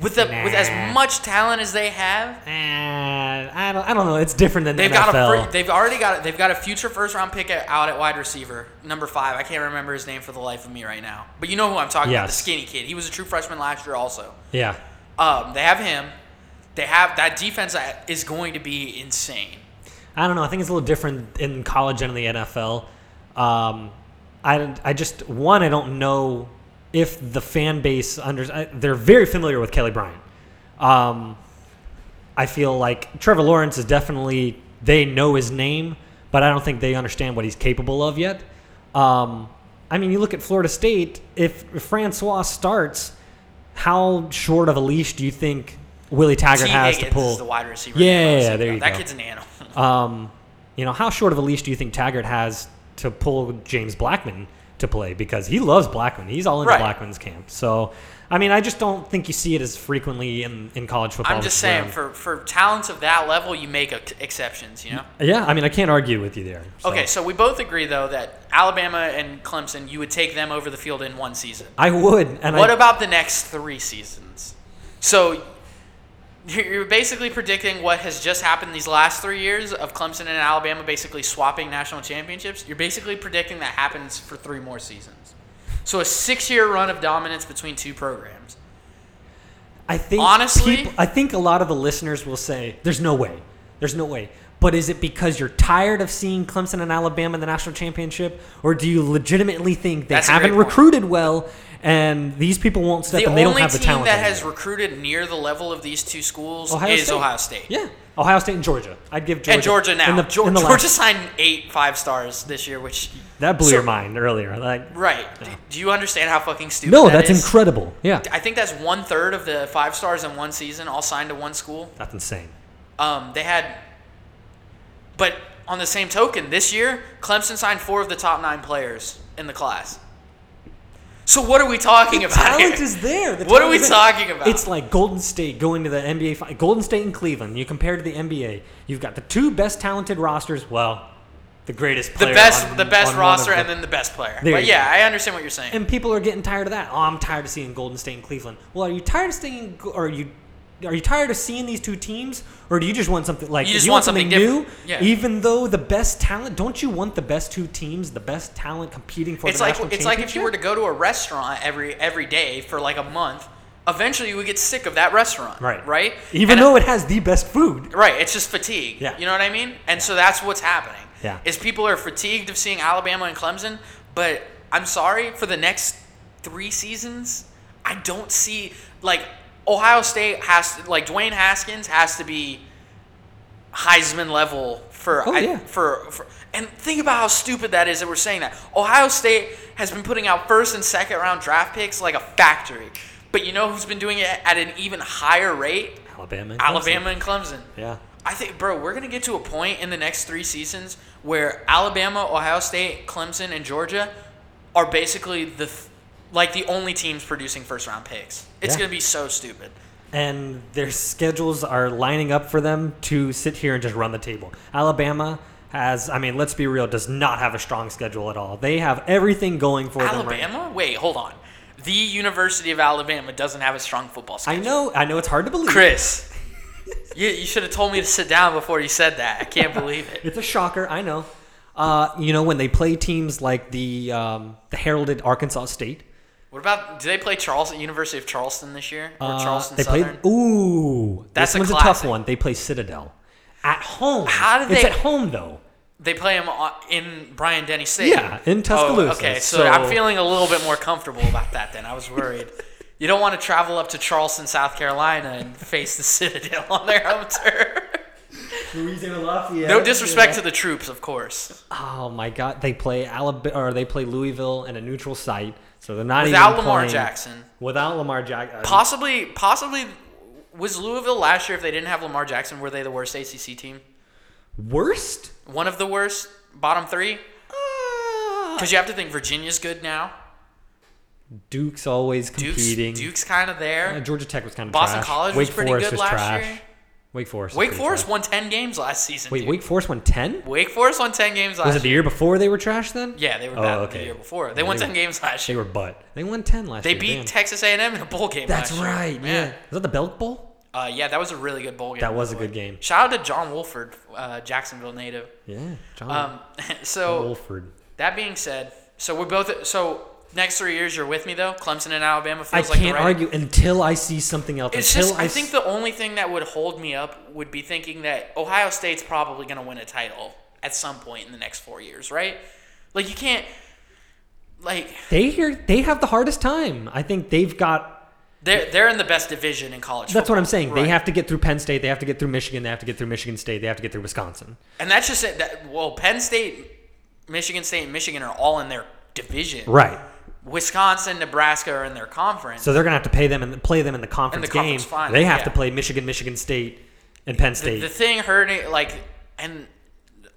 [SPEAKER 4] with the with
[SPEAKER 5] Nah.
[SPEAKER 4] as much talent as they have,
[SPEAKER 5] Eh, I don't. I don't know. It's different than
[SPEAKER 4] they've
[SPEAKER 5] the NFL.
[SPEAKER 4] got a fr- they've already got a, they've got a future first round pick at- out at wide receiver, number 5. I can't remember his name for the life of me right now. But you know who I'm talking about, the
[SPEAKER 5] Yes.
[SPEAKER 4] skinny kid. He was a true freshman last year also.
[SPEAKER 5] yeah.
[SPEAKER 4] Um, they have him. They have that defense that is going to be insane.
[SPEAKER 5] I don't know. I think it's a little different in college and in the NFL. Um, I don't- I just one I don't know if the fan base under I, they're very familiar with Kelly Bryant. Um, I feel like Trevor Lawrence is definitely they know his name, but I don't think they understand what he's capable of yet. Um, I mean, you look at Florida State. If Francois starts, how short of a leash do you think Willie Taggart
[SPEAKER 4] T.
[SPEAKER 5] has to
[SPEAKER 4] Higgins
[SPEAKER 5] pull?
[SPEAKER 4] is the wide receiver.
[SPEAKER 5] Yeah,
[SPEAKER 4] Clemson,
[SPEAKER 5] yeah, there
[SPEAKER 4] bro.
[SPEAKER 5] you
[SPEAKER 4] that
[SPEAKER 5] go.
[SPEAKER 4] kid's an animal.
[SPEAKER 5] Um, you know, how short of a leash do you think Taggart has to pull James Blackman to play? Because he loves Blackman. He's all into
[SPEAKER 4] Right.
[SPEAKER 5] Blackman's camp. So, I mean, I just don't think you see it as frequently in, in college football.
[SPEAKER 4] I'm just
[SPEAKER 5] as
[SPEAKER 4] saying,
[SPEAKER 5] well.
[SPEAKER 4] for for talents of that level, you make ex- exceptions. You know.
[SPEAKER 5] yeah, I mean, I can't argue with you there. So.
[SPEAKER 4] Okay, so we both agree though that Alabama and Clemson, you would take them over the field in one season.
[SPEAKER 5] I would. And
[SPEAKER 4] What
[SPEAKER 5] I,
[SPEAKER 4] about the next three seasons? So You're you're basically predicting what has just happened these last three years of Clemson and Alabama basically swapping national championships. You're basically predicting that happens for three more seasons. So a six-year run of dominance between two programs.
[SPEAKER 5] I think
[SPEAKER 4] Honestly-
[SPEAKER 5] peop- I think a lot of the listeners will say, "There's no way, there's no way." But is it because you're tired of seeing Clemson and Alabama in the national championship, or do you legitimately think they
[SPEAKER 4] That's a great
[SPEAKER 5] haven't
[SPEAKER 4] point.
[SPEAKER 5] recruited well, and these people won't step
[SPEAKER 4] The
[SPEAKER 5] and they don't
[SPEAKER 4] only
[SPEAKER 5] have the
[SPEAKER 4] team
[SPEAKER 5] talent?
[SPEAKER 4] that has
[SPEAKER 5] anymore?
[SPEAKER 4] recruited near the level of these two schools is Ohio State.
[SPEAKER 5] Yeah, Ohio State and Georgia. I'd give Georgia
[SPEAKER 4] And Georgia now.
[SPEAKER 5] in the-
[SPEAKER 4] Geor-
[SPEAKER 5] in the last-
[SPEAKER 4] Georgia signed eight five stars this year, which
[SPEAKER 5] that blew
[SPEAKER 4] So-
[SPEAKER 5] your mind earlier. Like,
[SPEAKER 4] right. D- Do you understand how fucking stupid?
[SPEAKER 5] no,
[SPEAKER 4] that
[SPEAKER 5] that's
[SPEAKER 4] is?
[SPEAKER 5] incredible. Yeah,
[SPEAKER 4] I think that's one third of the five stars in one season all signed to one school.
[SPEAKER 5] that's insane.
[SPEAKER 4] Um, they had, but on the same token, this year Clemson signed four of the top nine players in the class. So what are we talking
[SPEAKER 5] The
[SPEAKER 4] about?
[SPEAKER 5] talent
[SPEAKER 4] here?
[SPEAKER 5] is there. The
[SPEAKER 4] What are
[SPEAKER 5] talent
[SPEAKER 4] we
[SPEAKER 5] is there.
[SPEAKER 4] talking about?
[SPEAKER 5] It's like Golden State going to the NBA. Fi- Golden State and Cleveland. You compare to the NBA. You've got the two best talented rosters. Well, the greatest
[SPEAKER 4] the
[SPEAKER 5] player.
[SPEAKER 4] best,
[SPEAKER 5] on-
[SPEAKER 4] the best
[SPEAKER 5] on one of
[SPEAKER 4] roster,
[SPEAKER 5] them.
[SPEAKER 4] and then the best player.
[SPEAKER 5] There
[SPEAKER 4] But
[SPEAKER 5] you
[SPEAKER 4] yeah, I understand what you're saying.
[SPEAKER 5] And people are getting tired of that. Oh, I'm tired of seeing Golden State and Cleveland. Well, are you tired of seeing? Or are you? Are you tired of seeing these two teams, or do you just want something like
[SPEAKER 4] You
[SPEAKER 5] if
[SPEAKER 4] just
[SPEAKER 5] you
[SPEAKER 4] want
[SPEAKER 5] want,
[SPEAKER 4] something
[SPEAKER 5] new?
[SPEAKER 4] different. Yeah.
[SPEAKER 5] Even though the best talent, don't you want the best two teams, the best talent competing for
[SPEAKER 4] it's
[SPEAKER 5] the
[SPEAKER 4] like
[SPEAKER 5] national
[SPEAKER 4] it's like if you were to go to a restaurant every every day for like a month, eventually you would get sick of that restaurant.
[SPEAKER 5] right,
[SPEAKER 4] Right.
[SPEAKER 5] Even
[SPEAKER 4] And-
[SPEAKER 5] though it has the best food,
[SPEAKER 4] Right, it's just fatigue.
[SPEAKER 5] Yeah.
[SPEAKER 4] You know what I mean? And so that's what's happening.
[SPEAKER 5] Yeah.
[SPEAKER 4] Is people are fatigued of seeing Alabama and Clemson, but I'm sorry for the next 3 seasons, I don't see like Ohio State has to, like Dwayne Haskins has to be Heisman level for
[SPEAKER 5] Oh,
[SPEAKER 4] I-
[SPEAKER 5] yeah.
[SPEAKER 4] for for and think about how stupid that is that we're saying that. Ohio State has been putting out first and second round draft picks like a factory. But you know who's been doing it at an even higher rate?
[SPEAKER 5] Alabama, and Clemson.
[SPEAKER 4] Alabama and Clemson.
[SPEAKER 5] Yeah.
[SPEAKER 4] I think, bro, we're gonna get to a point in the next three seasons where Alabama, Ohio State, Clemson, and Georgia are basically the th- like the only teams producing first round picks. It's
[SPEAKER 5] Yeah.
[SPEAKER 4] gonna be so stupid.
[SPEAKER 5] And their schedules are lining up for them to sit here and just run the table. Alabama has, I mean, let's be real, does not have a strong schedule at all. They have everything going for them. right
[SPEAKER 4] Alabama? Wait, hold on. The University of Alabama doesn't have a strong football
[SPEAKER 5] I
[SPEAKER 4] schedule.
[SPEAKER 5] know, I know it's hard to believe.
[SPEAKER 4] Chris, you, you should have told me to sit down before you said that. I can't believe it.
[SPEAKER 5] It's a shocker, I know. Uh, you know, when they play teams like the, um, the heralded Arkansas State,
[SPEAKER 4] What about? Do they play Charleston University of Charleston this year or
[SPEAKER 5] uh,
[SPEAKER 4] Charleston
[SPEAKER 5] they
[SPEAKER 4] Southern?
[SPEAKER 5] play, ooh,
[SPEAKER 4] That's a
[SPEAKER 5] this one's a tough
[SPEAKER 4] classic.
[SPEAKER 5] one. They play Citadel. At home.
[SPEAKER 4] How did
[SPEAKER 5] it's
[SPEAKER 4] they-
[SPEAKER 5] at home, though.
[SPEAKER 4] They play him uh, in Brian Denny Stadium.
[SPEAKER 5] Yeah, in Tuscaloosa.
[SPEAKER 4] Oh, okay, so, I'm feeling a little bit more comfortable about that. Then I was worried. you don't want to travel up to Charleston, South Carolina, and face the Citadel on their home turf.
[SPEAKER 5] Louisiana Lafayette.
[SPEAKER 4] no disrespect to the troops, of course.
[SPEAKER 5] Oh my God! They play Alabama or they play Louisville in a neutral site, so they're not
[SPEAKER 4] Without
[SPEAKER 5] even
[SPEAKER 4] Lamar
[SPEAKER 5] playing-
[SPEAKER 4] Jackson.
[SPEAKER 5] Without Lamar uh, Jackson,
[SPEAKER 4] Possibly, possibly was Louisville last year. If they didn't have Lamar Jackson, were they the worst ACC team?
[SPEAKER 5] worst.
[SPEAKER 4] One of the worst, bottom three. Because you have to think Virginia's good now.
[SPEAKER 5] Duke's always
[SPEAKER 4] Duke's,
[SPEAKER 5] competing.
[SPEAKER 4] Duke's kind of there.
[SPEAKER 5] Uh, Georgia Tech was kind of
[SPEAKER 4] Boston
[SPEAKER 5] trash.
[SPEAKER 4] College was
[SPEAKER 5] Wake
[SPEAKER 4] pretty
[SPEAKER 5] Forest
[SPEAKER 4] good
[SPEAKER 5] was
[SPEAKER 4] last
[SPEAKER 5] trash.
[SPEAKER 4] year.
[SPEAKER 5] Wake Forest. was
[SPEAKER 4] Wake
[SPEAKER 5] pretty
[SPEAKER 4] Forest
[SPEAKER 5] trash.
[SPEAKER 4] won ten games last season.
[SPEAKER 5] Wait,
[SPEAKER 4] dude.
[SPEAKER 5] Wake Forest won ten.
[SPEAKER 4] Wake Forest won ten games last
[SPEAKER 5] Was it the
[SPEAKER 4] year.
[SPEAKER 5] year before they were trash then?
[SPEAKER 4] Yeah, they were
[SPEAKER 5] Oh,
[SPEAKER 4] bad the
[SPEAKER 5] okay.
[SPEAKER 4] year before. They won
[SPEAKER 5] They
[SPEAKER 4] ten
[SPEAKER 5] were-
[SPEAKER 4] games last
[SPEAKER 5] They
[SPEAKER 4] year.
[SPEAKER 5] were butt. They won ten last
[SPEAKER 4] They
[SPEAKER 5] year.
[SPEAKER 4] beat
[SPEAKER 5] damn.
[SPEAKER 4] Texas A&M in a bowl game.
[SPEAKER 5] That's
[SPEAKER 4] last year.
[SPEAKER 5] right. Yeah. Is that the Belk Bowl?
[SPEAKER 4] Uh, yeah, that was a really good bowl game.
[SPEAKER 5] That
[SPEAKER 4] by
[SPEAKER 5] was
[SPEAKER 4] the
[SPEAKER 5] a
[SPEAKER 4] way.
[SPEAKER 5] good game.
[SPEAKER 4] Shout out to John Wolford, uh, Jacksonville native.
[SPEAKER 5] Yeah. John
[SPEAKER 4] Um, so
[SPEAKER 5] Wolford.
[SPEAKER 4] that being said, so we're both so next three years you're with me though. Clemson and Alabama
[SPEAKER 5] I
[SPEAKER 4] feels like the
[SPEAKER 5] can't
[SPEAKER 4] right-
[SPEAKER 5] argue until I see something else.
[SPEAKER 4] It's
[SPEAKER 5] until
[SPEAKER 4] just I,
[SPEAKER 5] I
[SPEAKER 4] think the only thing that would hold me up would be thinking that Ohio State's probably going to win a title at some point in the next 4 years, right? Like you can't like
[SPEAKER 5] they hear they have the hardest time. I think they've got.
[SPEAKER 4] they're they're in the best division in college.
[SPEAKER 5] That's what I'm
[SPEAKER 4] football,
[SPEAKER 5] saying.
[SPEAKER 4] right?
[SPEAKER 5] They have to get through Penn State. They have to get through Michigan. They have to get through Michigan State. They have to get through Wisconsin.
[SPEAKER 4] And that's just it. That, well, Penn State, Michigan State, and Michigan are all in their division.
[SPEAKER 5] Right.
[SPEAKER 4] Wisconsin, Nebraska are in their conference.
[SPEAKER 5] So they're gonna have to pay them and play them in the conference game.
[SPEAKER 4] conference final,
[SPEAKER 5] they have
[SPEAKER 4] yeah.
[SPEAKER 5] to play Michigan, Michigan State, and Penn
[SPEAKER 4] the,
[SPEAKER 5] State.
[SPEAKER 4] the thing hurting like and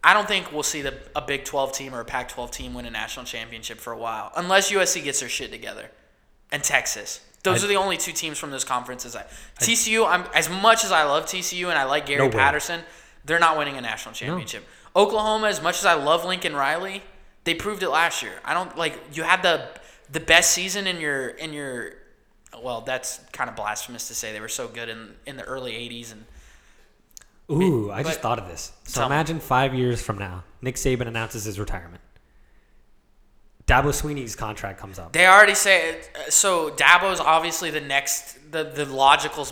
[SPEAKER 4] I don't think we'll see the, a Big 12 team or a Pac 12 team win a national championship for a while, unless USC gets their shit together and Texas. Those are the only two teams from those conferences. I, TCU, I'm, as much as I love TCU and I like Gary
[SPEAKER 5] No way.
[SPEAKER 4] Patterson, they're not winning a national championship. Oklahoma, as much as I love Lincoln Riley, they proved it last year. I don't like you had the the best season in your in your well, that's kind of blasphemous to say they were so good in in the early '80s and
[SPEAKER 5] Ooh, I just
[SPEAKER 4] but-
[SPEAKER 5] thought of this. So
[SPEAKER 4] Tell me.
[SPEAKER 5] imagine five years from now, Nick Saban announces his retirement. Dabo Sweeney's contract comes up.
[SPEAKER 4] They already say it. so. Dabo's obviously the next, the the logical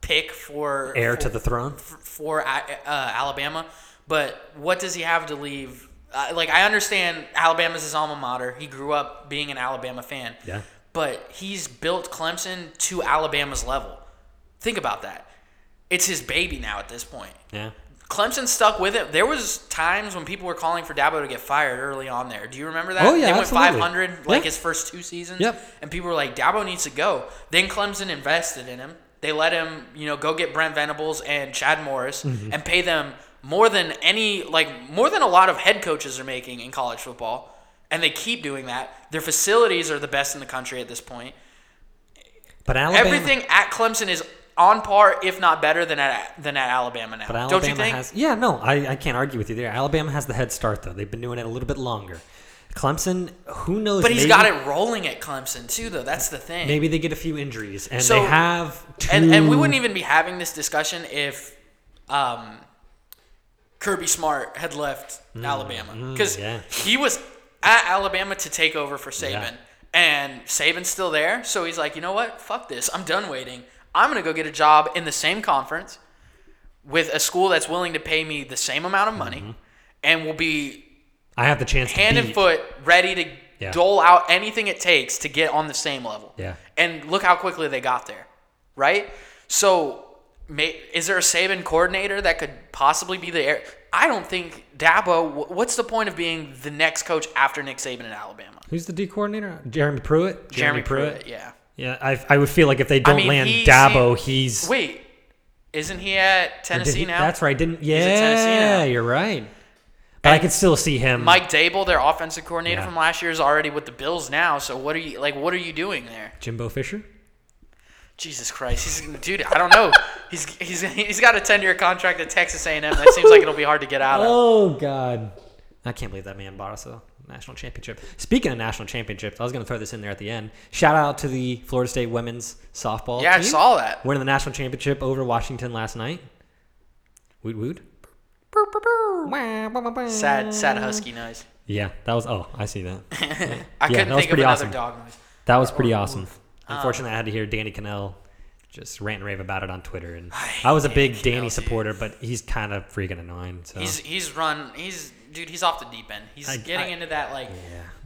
[SPEAKER 4] pick for
[SPEAKER 5] Heir to
[SPEAKER 4] for-
[SPEAKER 5] the throne.
[SPEAKER 4] for uh, Alabama. But what does he have to leave? Uh, like I understand Alabama's his alma mater. He grew up being an Alabama fan.
[SPEAKER 5] Yeah.
[SPEAKER 4] But he's built Clemson to Alabama's level. Think about that. It's his baby now at this point.
[SPEAKER 5] Yeah.
[SPEAKER 4] Clemson stuck with it. There was times when people were calling for Dabo to get fired early on there. Do you remember that?
[SPEAKER 5] Oh, yeah,
[SPEAKER 4] they went
[SPEAKER 5] absolutely.
[SPEAKER 4] 500 like
[SPEAKER 5] Yeah.
[SPEAKER 4] his first two seasons.
[SPEAKER 5] Yep.
[SPEAKER 4] And people were like, Dabo needs to go. Then Clemson invested in him. They let him, you know, go get Brent Venables and Chad Morris
[SPEAKER 5] Mm-hmm.
[SPEAKER 4] and pay them more than any, like more than a lot of head coaches are making in college football. And they keep doing that. Their facilities are the best in the country at this point.
[SPEAKER 5] But Alabama,
[SPEAKER 4] Everything at Clemson is on par, if not better, than at than at Alabama now.
[SPEAKER 5] But Alabama
[SPEAKER 4] Don't you think?
[SPEAKER 5] has yeah, no, I, I can't argue with you there. Alabama has the head start though. They've been doing it a little bit longer. Clemson, who knows?
[SPEAKER 4] But he's
[SPEAKER 5] maybe,
[SPEAKER 4] got it rolling at Clemson too, though. That's the thing.
[SPEAKER 5] Maybe they get a few injuries, and
[SPEAKER 4] So-
[SPEAKER 5] they have two.
[SPEAKER 4] And, and we wouldn't even be having this discussion if um, Kirby Smart had left Alabama because
[SPEAKER 5] Mm-hmm. yeah.
[SPEAKER 4] he was at Alabama to take over for Saban,
[SPEAKER 5] Yeah.
[SPEAKER 4] and Saban's still there. So he's like, you know what? Fuck this. I'm done waiting. I'm gonna go get a job in the same conference with a school that's willing to pay me the same amount of money,
[SPEAKER 5] Mm-hmm.
[SPEAKER 4] and will be
[SPEAKER 5] I have the chance.
[SPEAKER 4] hand
[SPEAKER 5] to
[SPEAKER 4] and
[SPEAKER 5] beat.
[SPEAKER 4] foot ready to
[SPEAKER 5] Yeah.
[SPEAKER 4] dole out anything it takes to get on the same level.
[SPEAKER 5] Yeah.
[SPEAKER 4] And look how quickly they got there, right? So, may, is there a Saban coordinator that could possibly be the air? I don't think Dabo. wh- What's the point of being the next coach after Nick Saban in Alabama?
[SPEAKER 5] Who's the D coordinator? Jeremy Pruitt.
[SPEAKER 4] yeah.
[SPEAKER 5] Yeah, I, I would feel like if they don't
[SPEAKER 4] mean,
[SPEAKER 5] land
[SPEAKER 4] he-
[SPEAKER 5] Dabo,
[SPEAKER 4] see-
[SPEAKER 5] he's
[SPEAKER 4] Wait, isn't he at
[SPEAKER 5] or did
[SPEAKER 4] Tennessee
[SPEAKER 5] he-
[SPEAKER 4] now?
[SPEAKER 5] That's right. Didn't
[SPEAKER 4] at Tennessee now.
[SPEAKER 5] yeah, you're right. But I could still see him.
[SPEAKER 4] Mike Dable, their offensive coordinator
[SPEAKER 5] Yeah.
[SPEAKER 4] from last year, is already with the Bills now. So what are you like? What are you doing there?
[SPEAKER 5] Jimbo Fisher.
[SPEAKER 4] Jesus Christ, he's dude. I don't know. He's he's he's got a ten year contract at Texas A and M. That seems like it'll be hard to get out of.
[SPEAKER 5] Oh God, I can't believe that man bought us a national championship. Speaking of national championships, I was going to throw this in there at the end. Shout out to the Florida State women's softball.
[SPEAKER 4] Yeah, I
[SPEAKER 5] team.
[SPEAKER 4] saw that.
[SPEAKER 5] winning the national championship over Washington last night. Woot woot.
[SPEAKER 4] Sad sad husky noise.
[SPEAKER 5] Yeah, that was. Oh, I see that.
[SPEAKER 4] I
[SPEAKER 5] Yeah, that
[SPEAKER 4] couldn't think of
[SPEAKER 5] was pretty
[SPEAKER 4] another
[SPEAKER 5] awesome.
[SPEAKER 4] dog noise.
[SPEAKER 5] That was pretty awesome.
[SPEAKER 4] Uh.
[SPEAKER 5] Unfortunately, I had to hear Danny Cannell just rant and rave about it on Twitter, and I was a big Danny
[SPEAKER 4] Cannell, dude.
[SPEAKER 5] supporter, but he's kind of freaking annoying. So
[SPEAKER 4] He's he's run. He's dude. He's off the deep end. He's
[SPEAKER 5] I-
[SPEAKER 4] getting
[SPEAKER 5] I-
[SPEAKER 4] into that like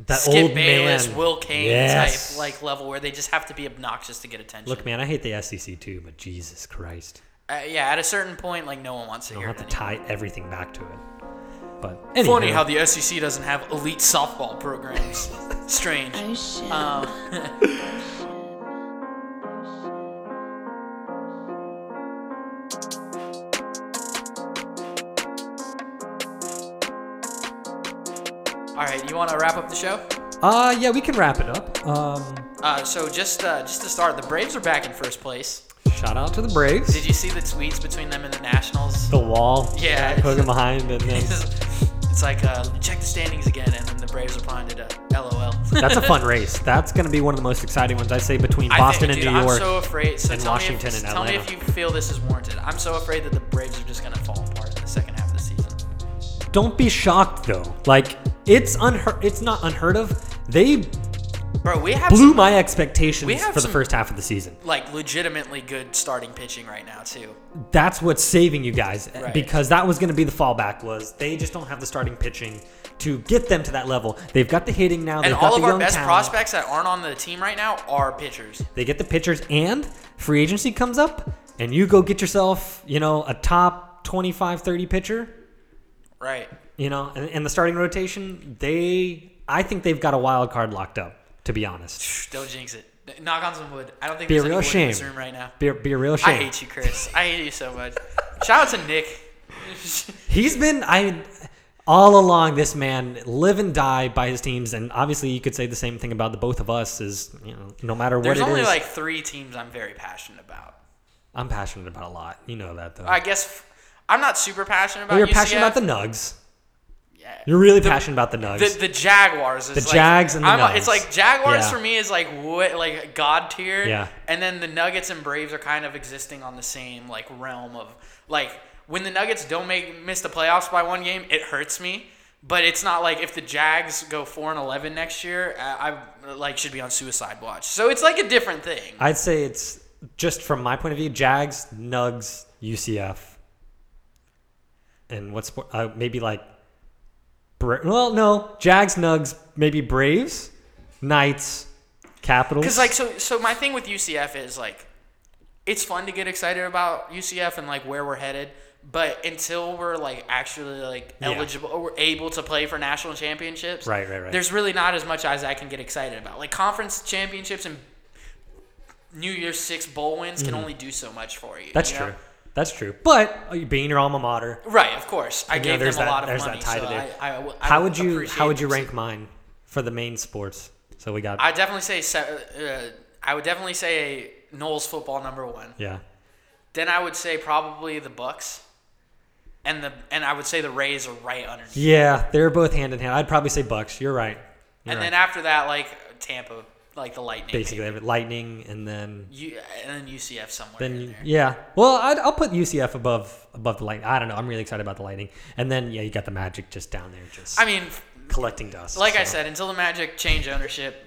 [SPEAKER 5] that
[SPEAKER 4] Skip
[SPEAKER 5] old
[SPEAKER 4] Bayless,
[SPEAKER 5] man.
[SPEAKER 4] Will Kane
[SPEAKER 5] Yes.
[SPEAKER 4] type like level where they just have to be obnoxious to get attention.
[SPEAKER 5] Look, man, I hate the SEC too, but Jesus Christ,
[SPEAKER 4] uh, yeah, at a certain point, like no one wants to
[SPEAKER 5] you
[SPEAKER 4] hear
[SPEAKER 5] don't have
[SPEAKER 4] it.
[SPEAKER 5] to
[SPEAKER 4] anymore.
[SPEAKER 5] tie everything back to it. But
[SPEAKER 4] Funny
[SPEAKER 5] anywho,
[SPEAKER 4] how the SEC doesn't have elite softball programs. Strange.
[SPEAKER 7] Oh shit.
[SPEAKER 4] Um, All right, you want to wrap up the show?
[SPEAKER 5] uh, yeah, we can wrap it up. Um,
[SPEAKER 4] Uh, so just uh, just to start, the Braves are back in first place.
[SPEAKER 5] shout out to the Braves.
[SPEAKER 4] Did you see the tweets between them and the Nationals?
[SPEAKER 5] the wall,
[SPEAKER 4] Yeah.
[SPEAKER 5] right, poking behind, and then
[SPEAKER 4] it's like uh, check the standings again, and then the Braves responded to uh, LOL.
[SPEAKER 5] that's a fun race. That's going to be one of the most exciting ones I say between
[SPEAKER 4] I
[SPEAKER 5] Boston
[SPEAKER 4] think-
[SPEAKER 5] and
[SPEAKER 4] dude,
[SPEAKER 5] New York.
[SPEAKER 4] I'm so afraid. So
[SPEAKER 5] and
[SPEAKER 4] tell
[SPEAKER 5] Washington
[SPEAKER 4] me if,
[SPEAKER 5] and
[SPEAKER 4] tell me if you
[SPEAKER 5] Atlanta.
[SPEAKER 4] feel this is warranted. I'm so afraid that the Braves are just gonna fall apart in the second half of the season.
[SPEAKER 5] Don't be shocked though. Like it's unheard. It's not unheard of. They
[SPEAKER 4] Bro, we have
[SPEAKER 5] blew
[SPEAKER 4] some,
[SPEAKER 5] my expectations
[SPEAKER 4] We have
[SPEAKER 5] for the
[SPEAKER 4] some-
[SPEAKER 5] first half of the season.
[SPEAKER 4] like legitimately good starting pitching right now too.
[SPEAKER 5] That's what's saving you guys eh,
[SPEAKER 4] Right.
[SPEAKER 5] because that was going to be the fallback. Was they just don't have the starting pitching to get them to that level? They've got the hitting now.
[SPEAKER 4] And
[SPEAKER 5] they've got
[SPEAKER 4] all of
[SPEAKER 5] the
[SPEAKER 4] our
[SPEAKER 5] young
[SPEAKER 4] best
[SPEAKER 5] talent.
[SPEAKER 4] prospects that aren't on the team right now are pitchers.
[SPEAKER 5] They get the pitchers and free agency comes up and you go get yourself, you know, a top 25, 30 pitcher,
[SPEAKER 4] Right.
[SPEAKER 5] you know, and, and the starting rotation, they, I think they've got a wild card locked up, to be honest.
[SPEAKER 4] Don't jinx it. Knock on some wood. I don't think
[SPEAKER 5] Be a
[SPEAKER 4] there's any
[SPEAKER 5] real
[SPEAKER 4] wood in
[SPEAKER 5] shame.
[SPEAKER 4] this room right now.
[SPEAKER 5] Be, be a real
[SPEAKER 4] I
[SPEAKER 5] shame.
[SPEAKER 4] hate you, Chris. I hate you so much. Shout out to Nick.
[SPEAKER 5] He's been, I, all along, this man live and die by his teams. And obviously you could say the same thing about the both of us is, you know, no matter what
[SPEAKER 4] There's
[SPEAKER 5] it
[SPEAKER 4] only
[SPEAKER 5] is,
[SPEAKER 4] like three teams I'm very passionate about.
[SPEAKER 5] I'm passionate about a lot. You know that though.
[SPEAKER 4] I guess f- I'm not super passionate about.
[SPEAKER 5] well, you're
[SPEAKER 4] UCF.
[SPEAKER 5] passionate about the Nugs. You're really passionate about the Nugs.
[SPEAKER 4] The, the Jaguars is
[SPEAKER 5] The
[SPEAKER 4] like,
[SPEAKER 5] Jags and the
[SPEAKER 4] I'm, It's
[SPEAKER 5] Nugs.
[SPEAKER 4] like Jaguars
[SPEAKER 5] Yeah.
[SPEAKER 4] for me is like what like god tier.
[SPEAKER 5] Yeah.
[SPEAKER 4] And then the Nuggets and Braves are kind of existing on the same like realm of like when the Nuggets don't make miss the playoffs by one game, it hurts me. But it's not like if the Jags go four and eleven next year, I, I like should be on suicide watch. So it's like a different thing.
[SPEAKER 5] I'd say it's just from my point of view: Jags, Nugs, UCF, and what's uh, maybe like, Bra- well, no, Jags, Nugs, maybe Braves, Knights, Capitals.
[SPEAKER 4] Because like so so my thing with UCF is like it's fun to get excited about UCF and like where we're headed, but until we're like actually like
[SPEAKER 5] Yeah.
[SPEAKER 4] eligible or we're able to play for national championships,
[SPEAKER 5] Right, right, right.
[SPEAKER 4] There's really not as much as I can get excited about. Like conference championships and New Year's Six bowl wins can only do so much for you.
[SPEAKER 5] Mm-hmm. that's
[SPEAKER 4] you know?
[SPEAKER 5] true. That's true. But uh, being your alma mater,
[SPEAKER 4] Right, of course. I
[SPEAKER 5] know,
[SPEAKER 4] gave
[SPEAKER 5] there's
[SPEAKER 4] them a
[SPEAKER 5] that-
[SPEAKER 4] lot of
[SPEAKER 5] there's that
[SPEAKER 4] money.
[SPEAKER 5] tie
[SPEAKER 4] so
[SPEAKER 5] to their-
[SPEAKER 4] I, I, will- I
[SPEAKER 5] how
[SPEAKER 4] will
[SPEAKER 5] would you
[SPEAKER 4] appreciate
[SPEAKER 5] how would you
[SPEAKER 4] them.
[SPEAKER 5] rank mine for the main sports? So we got
[SPEAKER 4] I definitely say se- uh, I would definitely say Knowles football number one.
[SPEAKER 5] yeah.
[SPEAKER 4] Then I would say probably the Bucks, and the and I would say the Rays are right underneath.
[SPEAKER 5] Yeah, they're both hand in hand. I'd probably say Bucks. You're right.
[SPEAKER 4] and then after that, like Tampa, like the Lightning,
[SPEAKER 5] Basically,
[SPEAKER 4] maybe.
[SPEAKER 5] Lightning, and then
[SPEAKER 4] You, and then UCF somewhere.
[SPEAKER 5] Then
[SPEAKER 4] in
[SPEAKER 5] you,
[SPEAKER 4] there.
[SPEAKER 5] yeah, well, I'd, I'll put UCF above above the lightning. I don't know. I'm really excited about the lightning, and then yeah, you got the Magic just down there, just
[SPEAKER 4] I mean,
[SPEAKER 5] collecting dust.
[SPEAKER 4] like I
[SPEAKER 5] so.
[SPEAKER 4] said, until the Magic change ownership,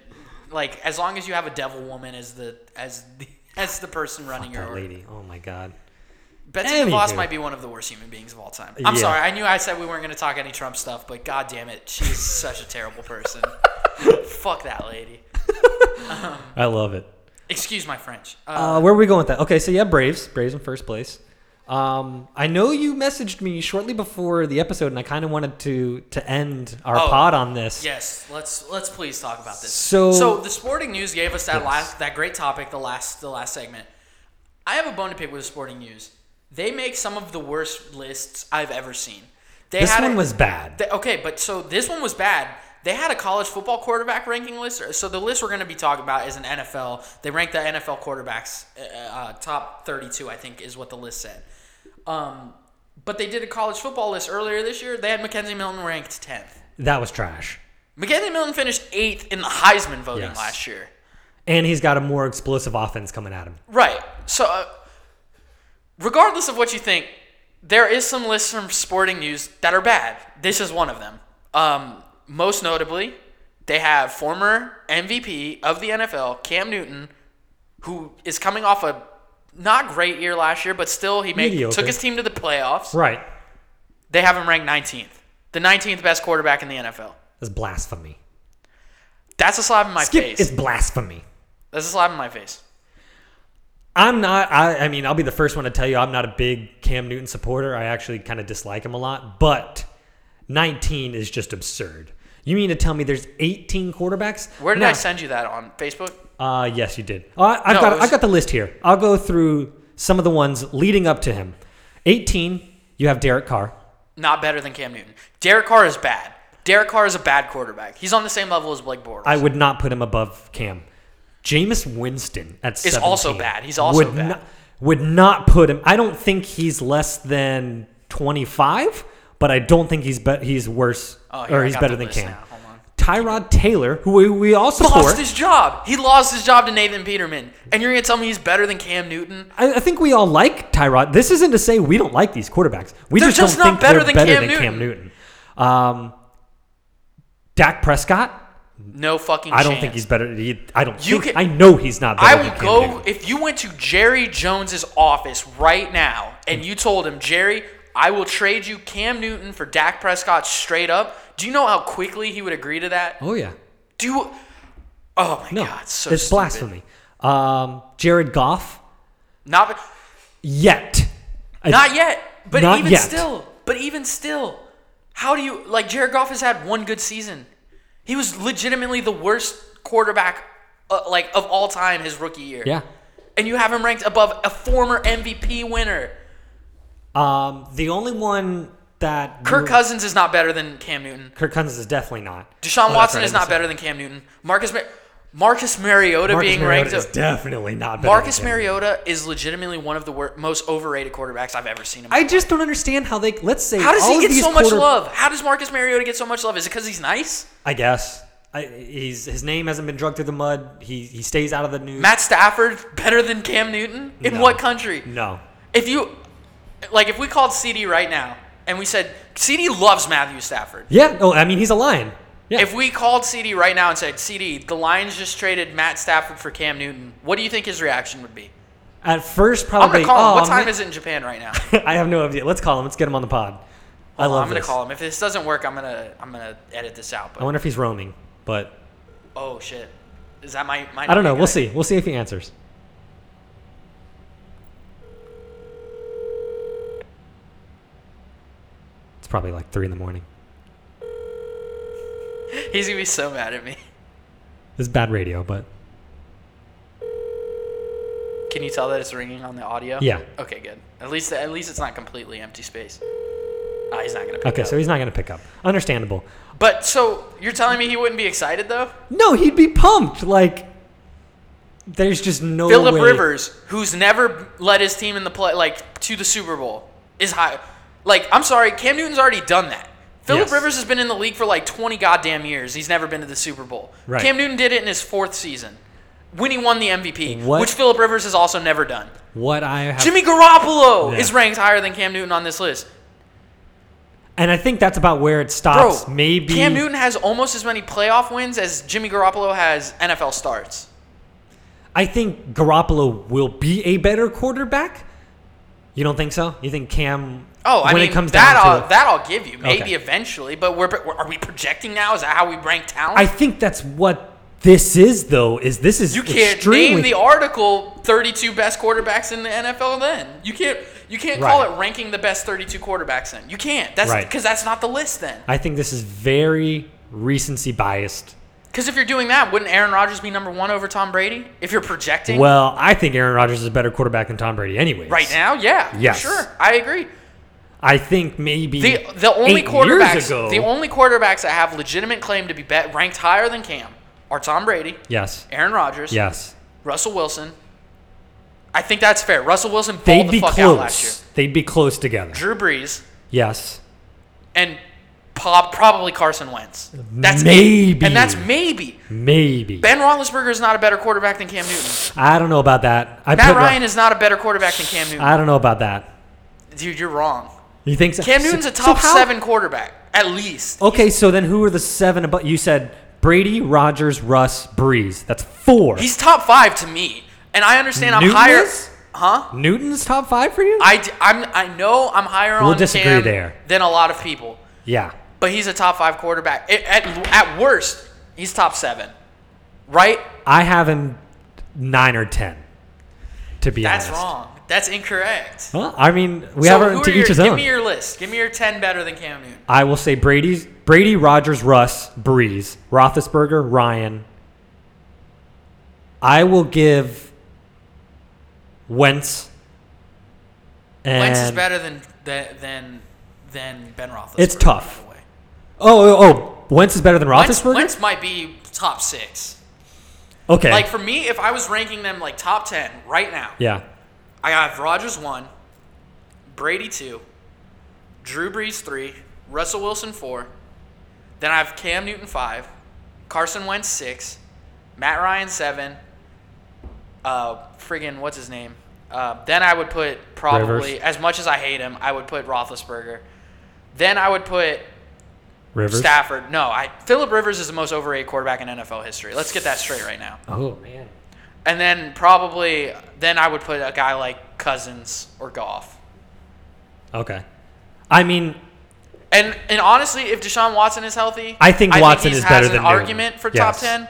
[SPEAKER 4] like as long as you have a Devil Woman as the as the as the person running your
[SPEAKER 5] that
[SPEAKER 4] org-
[SPEAKER 5] lady. Oh my god,
[SPEAKER 4] Betsy
[SPEAKER 5] Anywho.
[SPEAKER 4] DeVos might be one of the worst human beings of all time. I'm
[SPEAKER 5] Yeah.
[SPEAKER 4] sorry. I knew I said we weren't going to talk any Trump stuff, but god damn it, she's such a terrible person. Fuck that lady.
[SPEAKER 5] I love it.
[SPEAKER 4] Excuse my French. Uh,
[SPEAKER 5] Uh, where are we going with that? Okay, so yeah, Braves, Braves in first place. Um, I know you messaged me shortly before the episode, and I kind of wanted to to end our
[SPEAKER 4] Oh,
[SPEAKER 5] pod on this.
[SPEAKER 4] yes, let's let's please talk about this.
[SPEAKER 5] So-
[SPEAKER 4] so the sporting news gave us that last that great topic the last the last segment. I have a bone to pick with the sporting news. They make some of the worst lists I've ever seen. They
[SPEAKER 5] this
[SPEAKER 4] had
[SPEAKER 5] one
[SPEAKER 4] a-
[SPEAKER 5] was bad.
[SPEAKER 4] They- okay, but so this one was bad. They had a college football quarterback ranking list. So the list we're going to be talking about is an NFL. They ranked the NFL quarterbacks uh, uh, top 32, I think, is what the list said. Um, but they did a college football list earlier this year. They had Mackenzie Milton ranked 10th.
[SPEAKER 5] that was trash,
[SPEAKER 4] Mackenzie Milton finished 8th in the Heisman voting
[SPEAKER 5] Yes.
[SPEAKER 4] last year.
[SPEAKER 5] and he's got a more explosive offense coming at him.
[SPEAKER 4] Right. So, uh, regardless of what you think, there is some lists from sporting news that are bad. This is one of them. Um, most notably, they have former MVP of the NFL, Cam Newton, who is coming off a not great year last year, but still he made,
[SPEAKER 5] Mediocre.
[SPEAKER 4] took his team to the playoffs.
[SPEAKER 5] Right,
[SPEAKER 4] They have him ranked 19th, the 19th best quarterback in the NFL.
[SPEAKER 5] that's blasphemy.
[SPEAKER 4] That's a slap in my
[SPEAKER 5] Skip
[SPEAKER 4] face.
[SPEAKER 5] is blasphemy.
[SPEAKER 4] That's a slap in my face.
[SPEAKER 5] I'm not. I, I mean, I'll be the first one to tell you I'm not a big Cam Newton supporter. I actually kind of dislike him a lot. But 19 is just absurd. You mean to tell me there's 18 quarterbacks?
[SPEAKER 4] Where did
[SPEAKER 5] No.
[SPEAKER 4] I send you that on Facebook?
[SPEAKER 5] Uh, yes, you did. I, I've
[SPEAKER 4] No,
[SPEAKER 5] got.
[SPEAKER 4] it was-
[SPEAKER 5] I've got the list here. I'll go through some of the ones leading up to him. 18. You have Derek Carr.
[SPEAKER 4] not better than Cam Newton. Derek Carr is bad. Derek Carr is a bad quarterback. He's on the same level as Blake Bortles.
[SPEAKER 5] I would not put him above Cam. Jameis Winston at
[SPEAKER 4] Is
[SPEAKER 5] 17
[SPEAKER 4] also bad. He's also
[SPEAKER 5] would
[SPEAKER 4] bad.
[SPEAKER 5] Not, would not put him. I don't think he's less than 25, but I don't think he's be, he's worse
[SPEAKER 4] Oh, here,
[SPEAKER 5] or
[SPEAKER 4] I
[SPEAKER 5] he's
[SPEAKER 4] got
[SPEAKER 5] better
[SPEAKER 4] the
[SPEAKER 5] than
[SPEAKER 4] list
[SPEAKER 5] Cam.
[SPEAKER 4] now. Hold on.
[SPEAKER 5] Tyrod Taylor, who we, we all support.
[SPEAKER 4] lost his job. He lost his job to Nathan Peterman. And you're gonna tell me he's better than Cam Newton?
[SPEAKER 5] I, I think we all like Tyrod. This isn't to say we don't like these quarterbacks. We
[SPEAKER 4] They're
[SPEAKER 5] just,
[SPEAKER 4] just
[SPEAKER 5] don't
[SPEAKER 4] not
[SPEAKER 5] think
[SPEAKER 4] better
[SPEAKER 5] they're
[SPEAKER 4] than
[SPEAKER 5] better
[SPEAKER 4] Cam
[SPEAKER 5] than Cam Newton. Um, Dak Prescott.
[SPEAKER 4] No fucking.
[SPEAKER 5] I don't
[SPEAKER 4] chance.
[SPEAKER 5] think he's better. He, I don't.
[SPEAKER 4] You
[SPEAKER 5] think,
[SPEAKER 4] can-
[SPEAKER 5] I know he's not better.
[SPEAKER 4] I
[SPEAKER 5] than
[SPEAKER 4] will
[SPEAKER 5] Cam
[SPEAKER 4] go
[SPEAKER 5] Newton.
[SPEAKER 4] if you went to Jerry Jones's office right now and you told him, Jerry, I will trade you Cam Newton for Dak Prescott straight up. Do you know how quickly he would agree to that?
[SPEAKER 5] Oh yeah.
[SPEAKER 4] Do you? Oh my
[SPEAKER 5] No,
[SPEAKER 4] god, it's so
[SPEAKER 5] it's
[SPEAKER 4] stupid.
[SPEAKER 5] blasphemy. Um, Jared Goff,
[SPEAKER 4] Not.
[SPEAKER 5] yet. I-
[SPEAKER 4] Not yet. But
[SPEAKER 5] Not
[SPEAKER 4] even
[SPEAKER 5] yet.
[SPEAKER 4] still, but even still, how do you like Jared Goff has had one good season? He was legitimately the worst quarterback uh, like of all time his rookie year.
[SPEAKER 5] Yeah.
[SPEAKER 4] And you have him ranked above a former MVP winner.
[SPEAKER 5] Um, the only one that
[SPEAKER 4] Kirk Cousins is not better than Cam Newton.
[SPEAKER 5] Kirk Cousins is definitely not.
[SPEAKER 4] Deshaun
[SPEAKER 5] Oh, that's
[SPEAKER 4] Watson
[SPEAKER 5] right,
[SPEAKER 4] is
[SPEAKER 5] I
[SPEAKER 4] not
[SPEAKER 5] missed
[SPEAKER 4] better than Cam Newton. Marcus Mar- Marcus Mariota
[SPEAKER 5] Marcus
[SPEAKER 4] being
[SPEAKER 5] Mariota is
[SPEAKER 4] ranked. up-
[SPEAKER 5] definitely not better
[SPEAKER 4] Marcus
[SPEAKER 5] than him.
[SPEAKER 4] Mariota is legitimately one of the wor- most overrated quarterbacks I've ever seen. In my
[SPEAKER 5] I just don't understand how they. Let's say
[SPEAKER 4] How does
[SPEAKER 5] all
[SPEAKER 4] he
[SPEAKER 5] of
[SPEAKER 4] get
[SPEAKER 5] these
[SPEAKER 4] so much
[SPEAKER 5] quarter-
[SPEAKER 4] love? How does Marcus Mariota get so much love? Is it because he's nice?
[SPEAKER 5] I guess. I, he's his name hasn't been drugged through the mud. He he stays out of the news.
[SPEAKER 4] Matt Stafford better than Cam Newton? In
[SPEAKER 5] No.
[SPEAKER 4] what country?
[SPEAKER 5] No.
[SPEAKER 4] If you, like, if we called CD right now and we said CD loves Matthew Stafford.
[SPEAKER 5] Yeah. Oh, I mean he's a lion. Yeah.
[SPEAKER 4] If we called CD right now and said, CD, the Lions just traded Matt Stafford for Cam Newton, what do you think his reaction would be?
[SPEAKER 5] At first,
[SPEAKER 4] I'm
[SPEAKER 5] probably.
[SPEAKER 4] going to call him.
[SPEAKER 5] "Oh,
[SPEAKER 4] what time
[SPEAKER 5] man."
[SPEAKER 4] is it in Japan right now?
[SPEAKER 5] I have no idea. Let's call him. Let's get him on the pod. I love
[SPEAKER 4] I'm going to
[SPEAKER 5] this.
[SPEAKER 4] call him. If this doesn't work, I'm going to I'm going to edit this out.
[SPEAKER 5] I
[SPEAKER 4] But,
[SPEAKER 5] wonder if he's roaming, but
[SPEAKER 4] oh, shit. Is that my, my
[SPEAKER 5] I don't know. We'll see. We'll see if he answers. It's probably like three in the morning.
[SPEAKER 4] He's going to be so mad at me.
[SPEAKER 5] This is bad radio, but
[SPEAKER 4] Can you tell that it's ringing on the audio?
[SPEAKER 5] Yeah.
[SPEAKER 4] Okay, good. At least at least it's not completely empty space. Ah, he's not gonna. Pick
[SPEAKER 5] okay.
[SPEAKER 4] up.
[SPEAKER 5] So he's not gonna pick up. Understandable.
[SPEAKER 4] But so you're telling me he wouldn't be excited though?
[SPEAKER 5] No, he'd be pumped. Like, there's just no
[SPEAKER 4] Philip
[SPEAKER 5] way.
[SPEAKER 4] Rivers, who's never led his team in the play like to the Super Bowl, is high. Like I'm sorry, Cam Newton's already done that. Philip
[SPEAKER 5] Yes.
[SPEAKER 4] Rivers has been in the league for like 20 goddamn years. He's never been to the Super Bowl.
[SPEAKER 5] Right.
[SPEAKER 4] Cam Newton did it in his fourth season when he won the MVP,
[SPEAKER 5] What-
[SPEAKER 4] which Philip Rivers has also never done.
[SPEAKER 5] What I have,
[SPEAKER 4] Jimmy Garoppolo
[SPEAKER 5] Yeah.
[SPEAKER 4] is ranked higher than Cam Newton on this list.
[SPEAKER 5] and I think that's about where it
[SPEAKER 4] Bro,
[SPEAKER 5] stops. Maybe
[SPEAKER 4] Cam Newton has almost as many playoff wins as Jimmy Garoppolo has NFL starts.
[SPEAKER 5] I think Garoppolo will be a better quarterback. You don't think so? You think Cam?
[SPEAKER 4] Oh, I
[SPEAKER 5] when
[SPEAKER 4] mean
[SPEAKER 5] it comes
[SPEAKER 4] that
[SPEAKER 5] down
[SPEAKER 4] I'll,
[SPEAKER 5] to it,
[SPEAKER 4] that I'll give you maybe
[SPEAKER 5] Okay.
[SPEAKER 4] eventually, but we're, but we're are we projecting now? Is that how we rank talent?
[SPEAKER 5] I think that's what this is, though. Is this is
[SPEAKER 4] you can't
[SPEAKER 5] extremely,
[SPEAKER 4] name the article 32 best quarterbacks in the NFL. Then you can't you can't call
[SPEAKER 5] Right.
[SPEAKER 4] it ranking the best 32 quarterbacks. Then you can't. That's
[SPEAKER 5] Right.
[SPEAKER 4] because that's not the list. Then
[SPEAKER 5] I think this is very recency biased.
[SPEAKER 4] because if you're doing that, wouldn't Aaron Rodgers be number one over Tom Brady? If you're projecting
[SPEAKER 5] Well, I think Aaron Rodgers is a better quarterback than Tom Brady, anyways.
[SPEAKER 4] right now, yeah, for
[SPEAKER 5] Yes.
[SPEAKER 4] sure, I agree.
[SPEAKER 5] I think maybe
[SPEAKER 4] The the only
[SPEAKER 5] eight
[SPEAKER 4] quarterbacks
[SPEAKER 5] years ago,
[SPEAKER 4] the only quarterbacks that have legitimate claim to be bet ranked higher than Cam are Tom Brady,
[SPEAKER 5] yes,
[SPEAKER 4] Aaron Rodgers,
[SPEAKER 5] yes,
[SPEAKER 4] Russell Wilson. I think that's fair. Russell Wilson balled
[SPEAKER 5] they'd
[SPEAKER 4] the
[SPEAKER 5] be
[SPEAKER 4] fuck out last year.
[SPEAKER 5] close. They'd be close together.
[SPEAKER 4] Drew Brees
[SPEAKER 5] Yes,
[SPEAKER 4] and pop, probably Carson Wentz. That's it.
[SPEAKER 5] Maybe.
[SPEAKER 4] and that's maybe.
[SPEAKER 5] maybe.
[SPEAKER 4] Ben Roethlisberger is not a better quarterback than Cam Newton.
[SPEAKER 5] I don't know about that. I
[SPEAKER 4] Matt
[SPEAKER 5] put Ro-
[SPEAKER 4] Ryan is not a better quarterback than Cam Newton.
[SPEAKER 5] I don't know about that.
[SPEAKER 4] Dude, you're wrong.
[SPEAKER 5] You think so?
[SPEAKER 4] Cam
[SPEAKER 5] So-
[SPEAKER 4] Newton's a
[SPEAKER 5] so
[SPEAKER 4] top
[SPEAKER 5] how-
[SPEAKER 4] seven quarterback at least.
[SPEAKER 5] Okay, so then who are the seven? About you said Brady, Rogers, Russ, Breeze. That's four.
[SPEAKER 4] He's top five to me, and I understand I'm
[SPEAKER 5] Newton
[SPEAKER 4] higher.
[SPEAKER 5] is?
[SPEAKER 4] Huh?
[SPEAKER 5] Newton's top five for you?
[SPEAKER 4] I, d- I'm, I know I'm higher
[SPEAKER 5] We'll
[SPEAKER 4] on
[SPEAKER 5] disagree
[SPEAKER 4] Cam
[SPEAKER 5] there.
[SPEAKER 4] than a lot of people,
[SPEAKER 5] yeah.
[SPEAKER 4] but he's a top five quarterback. At, at, at worst, he's top seven, right?
[SPEAKER 5] I have him nine or ten. To be
[SPEAKER 4] That's
[SPEAKER 5] honest.
[SPEAKER 4] wrong. That's incorrect.
[SPEAKER 5] Well, I mean, we
[SPEAKER 4] So
[SPEAKER 5] have
[SPEAKER 4] who
[SPEAKER 5] our,
[SPEAKER 4] are
[SPEAKER 5] to
[SPEAKER 4] your-
[SPEAKER 5] each his
[SPEAKER 4] Give
[SPEAKER 5] own.
[SPEAKER 4] me your list. Give me your ten better than Cam Newton.
[SPEAKER 5] I will say Brady's Brady, Rogers, Russ, Breeze, Roethlisberger, Ryan. I will give Wentz. And
[SPEAKER 4] Wentz is better than than than, than Ben Roethlisberger.
[SPEAKER 5] It's tough.
[SPEAKER 4] by the way.
[SPEAKER 5] Oh, oh, oh, Wentz is better than
[SPEAKER 4] Wentz,
[SPEAKER 5] Roethlisberger.
[SPEAKER 4] Wentz might be top six.
[SPEAKER 5] okay.
[SPEAKER 4] Like for me, if I was ranking them like top ten right now,
[SPEAKER 5] yeah.
[SPEAKER 4] I have Rogers one, Brady two, Drew Brees three, Russell Wilson four. Then I have Cam Newton five, Carson Wentz six, Matt Ryan seven. Uh, friggin' what's his name? Uh, then I would put probably
[SPEAKER 5] Rivers.
[SPEAKER 4] as much as I hate him, I would put Roethlisberger. Then I would put
[SPEAKER 5] Rivers.
[SPEAKER 4] Stafford. No, I Philip Rivers is the most overrated quarterback in NFL history. Let's get that straight right now.
[SPEAKER 5] Oh man.
[SPEAKER 4] And then probably then I would put a guy like Cousins or Goff.
[SPEAKER 5] Okay. I mean,
[SPEAKER 4] And and honestly, if Deshaun Watson is healthy,
[SPEAKER 5] I think Watson
[SPEAKER 4] he's-
[SPEAKER 5] is better
[SPEAKER 4] has
[SPEAKER 5] than
[SPEAKER 4] an
[SPEAKER 5] Newton.
[SPEAKER 4] argument for top
[SPEAKER 5] Yes.
[SPEAKER 4] ten.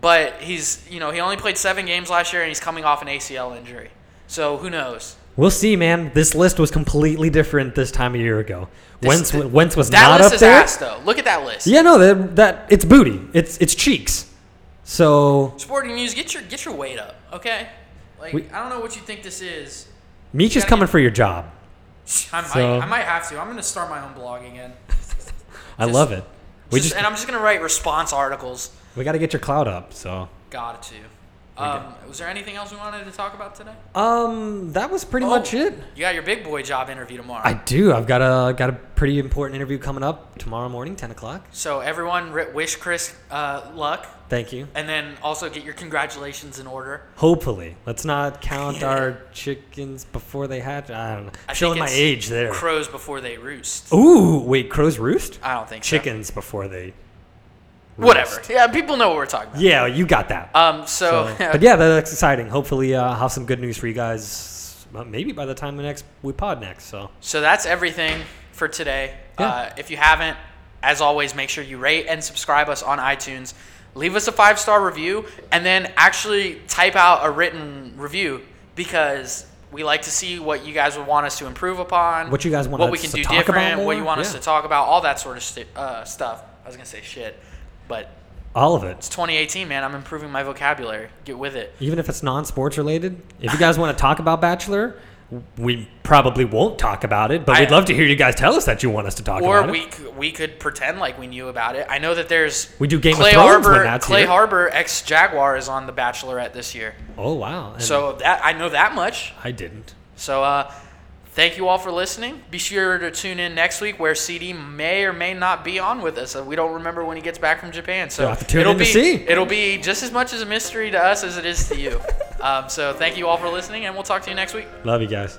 [SPEAKER 4] But he's you know he only played seven games last year and he's coming off an ACL injury, so who knows?
[SPEAKER 5] we'll see, man. This list was completely different this time a year ago. Wentz,
[SPEAKER 4] th-
[SPEAKER 5] Wentz was
[SPEAKER 4] That
[SPEAKER 5] not
[SPEAKER 4] list
[SPEAKER 5] up
[SPEAKER 4] is
[SPEAKER 5] there.
[SPEAKER 4] ass though. Look at that list.
[SPEAKER 5] Yeah, no, that, that it's booty. It's it's cheeks. So
[SPEAKER 4] Sporting news, get your get your weight up, okay? Like
[SPEAKER 5] We-
[SPEAKER 4] I don't know what you think this is.
[SPEAKER 5] Meech is
[SPEAKER 4] Gotta
[SPEAKER 5] coming
[SPEAKER 4] get-
[SPEAKER 5] for your job.
[SPEAKER 4] I might
[SPEAKER 5] So-
[SPEAKER 4] I might have to. I'm gonna start my own blog again.
[SPEAKER 5] I
[SPEAKER 4] Just-
[SPEAKER 5] love it. We
[SPEAKER 4] Just-
[SPEAKER 5] just
[SPEAKER 4] and I'm just gonna write response articles.
[SPEAKER 5] we got to get your cloud up. So
[SPEAKER 4] Got to. Um, was there anything else we wanted to talk about today?
[SPEAKER 5] um, that was pretty much
[SPEAKER 4] Oh,
[SPEAKER 5] it.
[SPEAKER 4] You got your big boy job interview tomorrow.
[SPEAKER 5] I do. I've got a got a pretty important interview coming up tomorrow morning, ten o'clock.
[SPEAKER 4] so everyone, ri- wish Chris uh, luck,
[SPEAKER 5] Thank you.
[SPEAKER 4] and then also get your congratulations in order.
[SPEAKER 5] Hopefully, let's not count our chickens before they hatch. I don't know.
[SPEAKER 4] I
[SPEAKER 5] I'm showing
[SPEAKER 4] think
[SPEAKER 5] my
[SPEAKER 4] it's
[SPEAKER 5] age there. Oh,
[SPEAKER 4] Crows before they roost.
[SPEAKER 5] Ooh, wait, crows roost?
[SPEAKER 4] I don't think so.
[SPEAKER 5] Chickens before they.
[SPEAKER 4] Whatever.
[SPEAKER 5] roost.
[SPEAKER 4] Yeah, people know what we're talking about.
[SPEAKER 5] Yeah, you got that.
[SPEAKER 4] Um. So,
[SPEAKER 5] So- but yeah, that's exciting. Hopefully, uh, I'll have some good news for you guys. uh, Maybe by the time the next we pod next. So
[SPEAKER 4] So that's everything for today.
[SPEAKER 5] Yeah.
[SPEAKER 4] Uh, if you haven't, as always, make sure you rate and subscribe us on iTunes. Leave us a five star review, and then actually type out a written review because we like to see what you guys would want us to improve upon.
[SPEAKER 5] What you guys want
[SPEAKER 4] what we
[SPEAKER 5] us
[SPEAKER 4] can
[SPEAKER 5] to
[SPEAKER 4] do
[SPEAKER 5] talk about
[SPEAKER 4] different, what you
[SPEAKER 5] more?
[SPEAKER 4] want us
[SPEAKER 5] Yeah.
[SPEAKER 4] to talk about, all that sort of sti- uh, stuff. I was gonna say shit, but
[SPEAKER 5] all of it,
[SPEAKER 4] it's 2018, man. I'm improving my vocabulary. Get with it.
[SPEAKER 5] even if it's non-sports related. If you guys want to talk about Bachelor, we probably won't talk about it. But
[SPEAKER 4] I-
[SPEAKER 5] we'd love to hear you guys tell us that you want us to talk
[SPEAKER 4] Or
[SPEAKER 5] about
[SPEAKER 4] we
[SPEAKER 5] it.
[SPEAKER 4] c- we could pretend like we knew about it. I know that there's
[SPEAKER 5] We do Game of
[SPEAKER 4] Clay
[SPEAKER 5] Thrones when
[SPEAKER 4] Harbor.
[SPEAKER 5] that's
[SPEAKER 4] Clay
[SPEAKER 5] here.
[SPEAKER 4] Harbor, ex Jaguar, is on The Bachelorette this year.
[SPEAKER 5] Oh wow! And
[SPEAKER 4] So that I know that much.
[SPEAKER 5] I didn't.
[SPEAKER 4] So uh, thank you all for listening. Be sure to tune in next week where CD may or may not be on with us. Uh, We don't remember when he gets back from Japan. So
[SPEAKER 5] You'll have to tune
[SPEAKER 4] it'll
[SPEAKER 5] in
[SPEAKER 4] be
[SPEAKER 5] to see.
[SPEAKER 4] it'll be just as much as a mystery to us as it is to you. um, so thank you all for listening, and we'll talk to you next week.
[SPEAKER 5] Love you guys.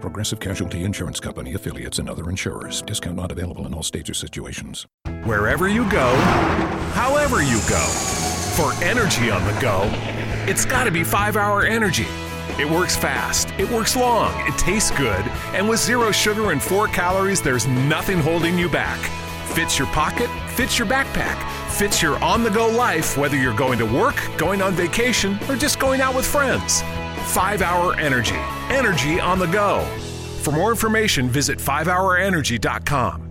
[SPEAKER 7] Progressive Casualty Insurance Company, affiliates, and other insurers. Discount not available in all states or situations.
[SPEAKER 8] Wherever you go, however you go, for energy on the go, it's got to be 5 Hour Energy. It works fast, it works long, it tastes good, and with zero sugar and four calories, there's nothing holding you back. Fits your pocket, fits your backpack, fits your on the go life, whether you're going to work, going on vacation, or just going out with friends. 5 Hour Energy. Energy on the go. For more information, visit 5hourenergy.com.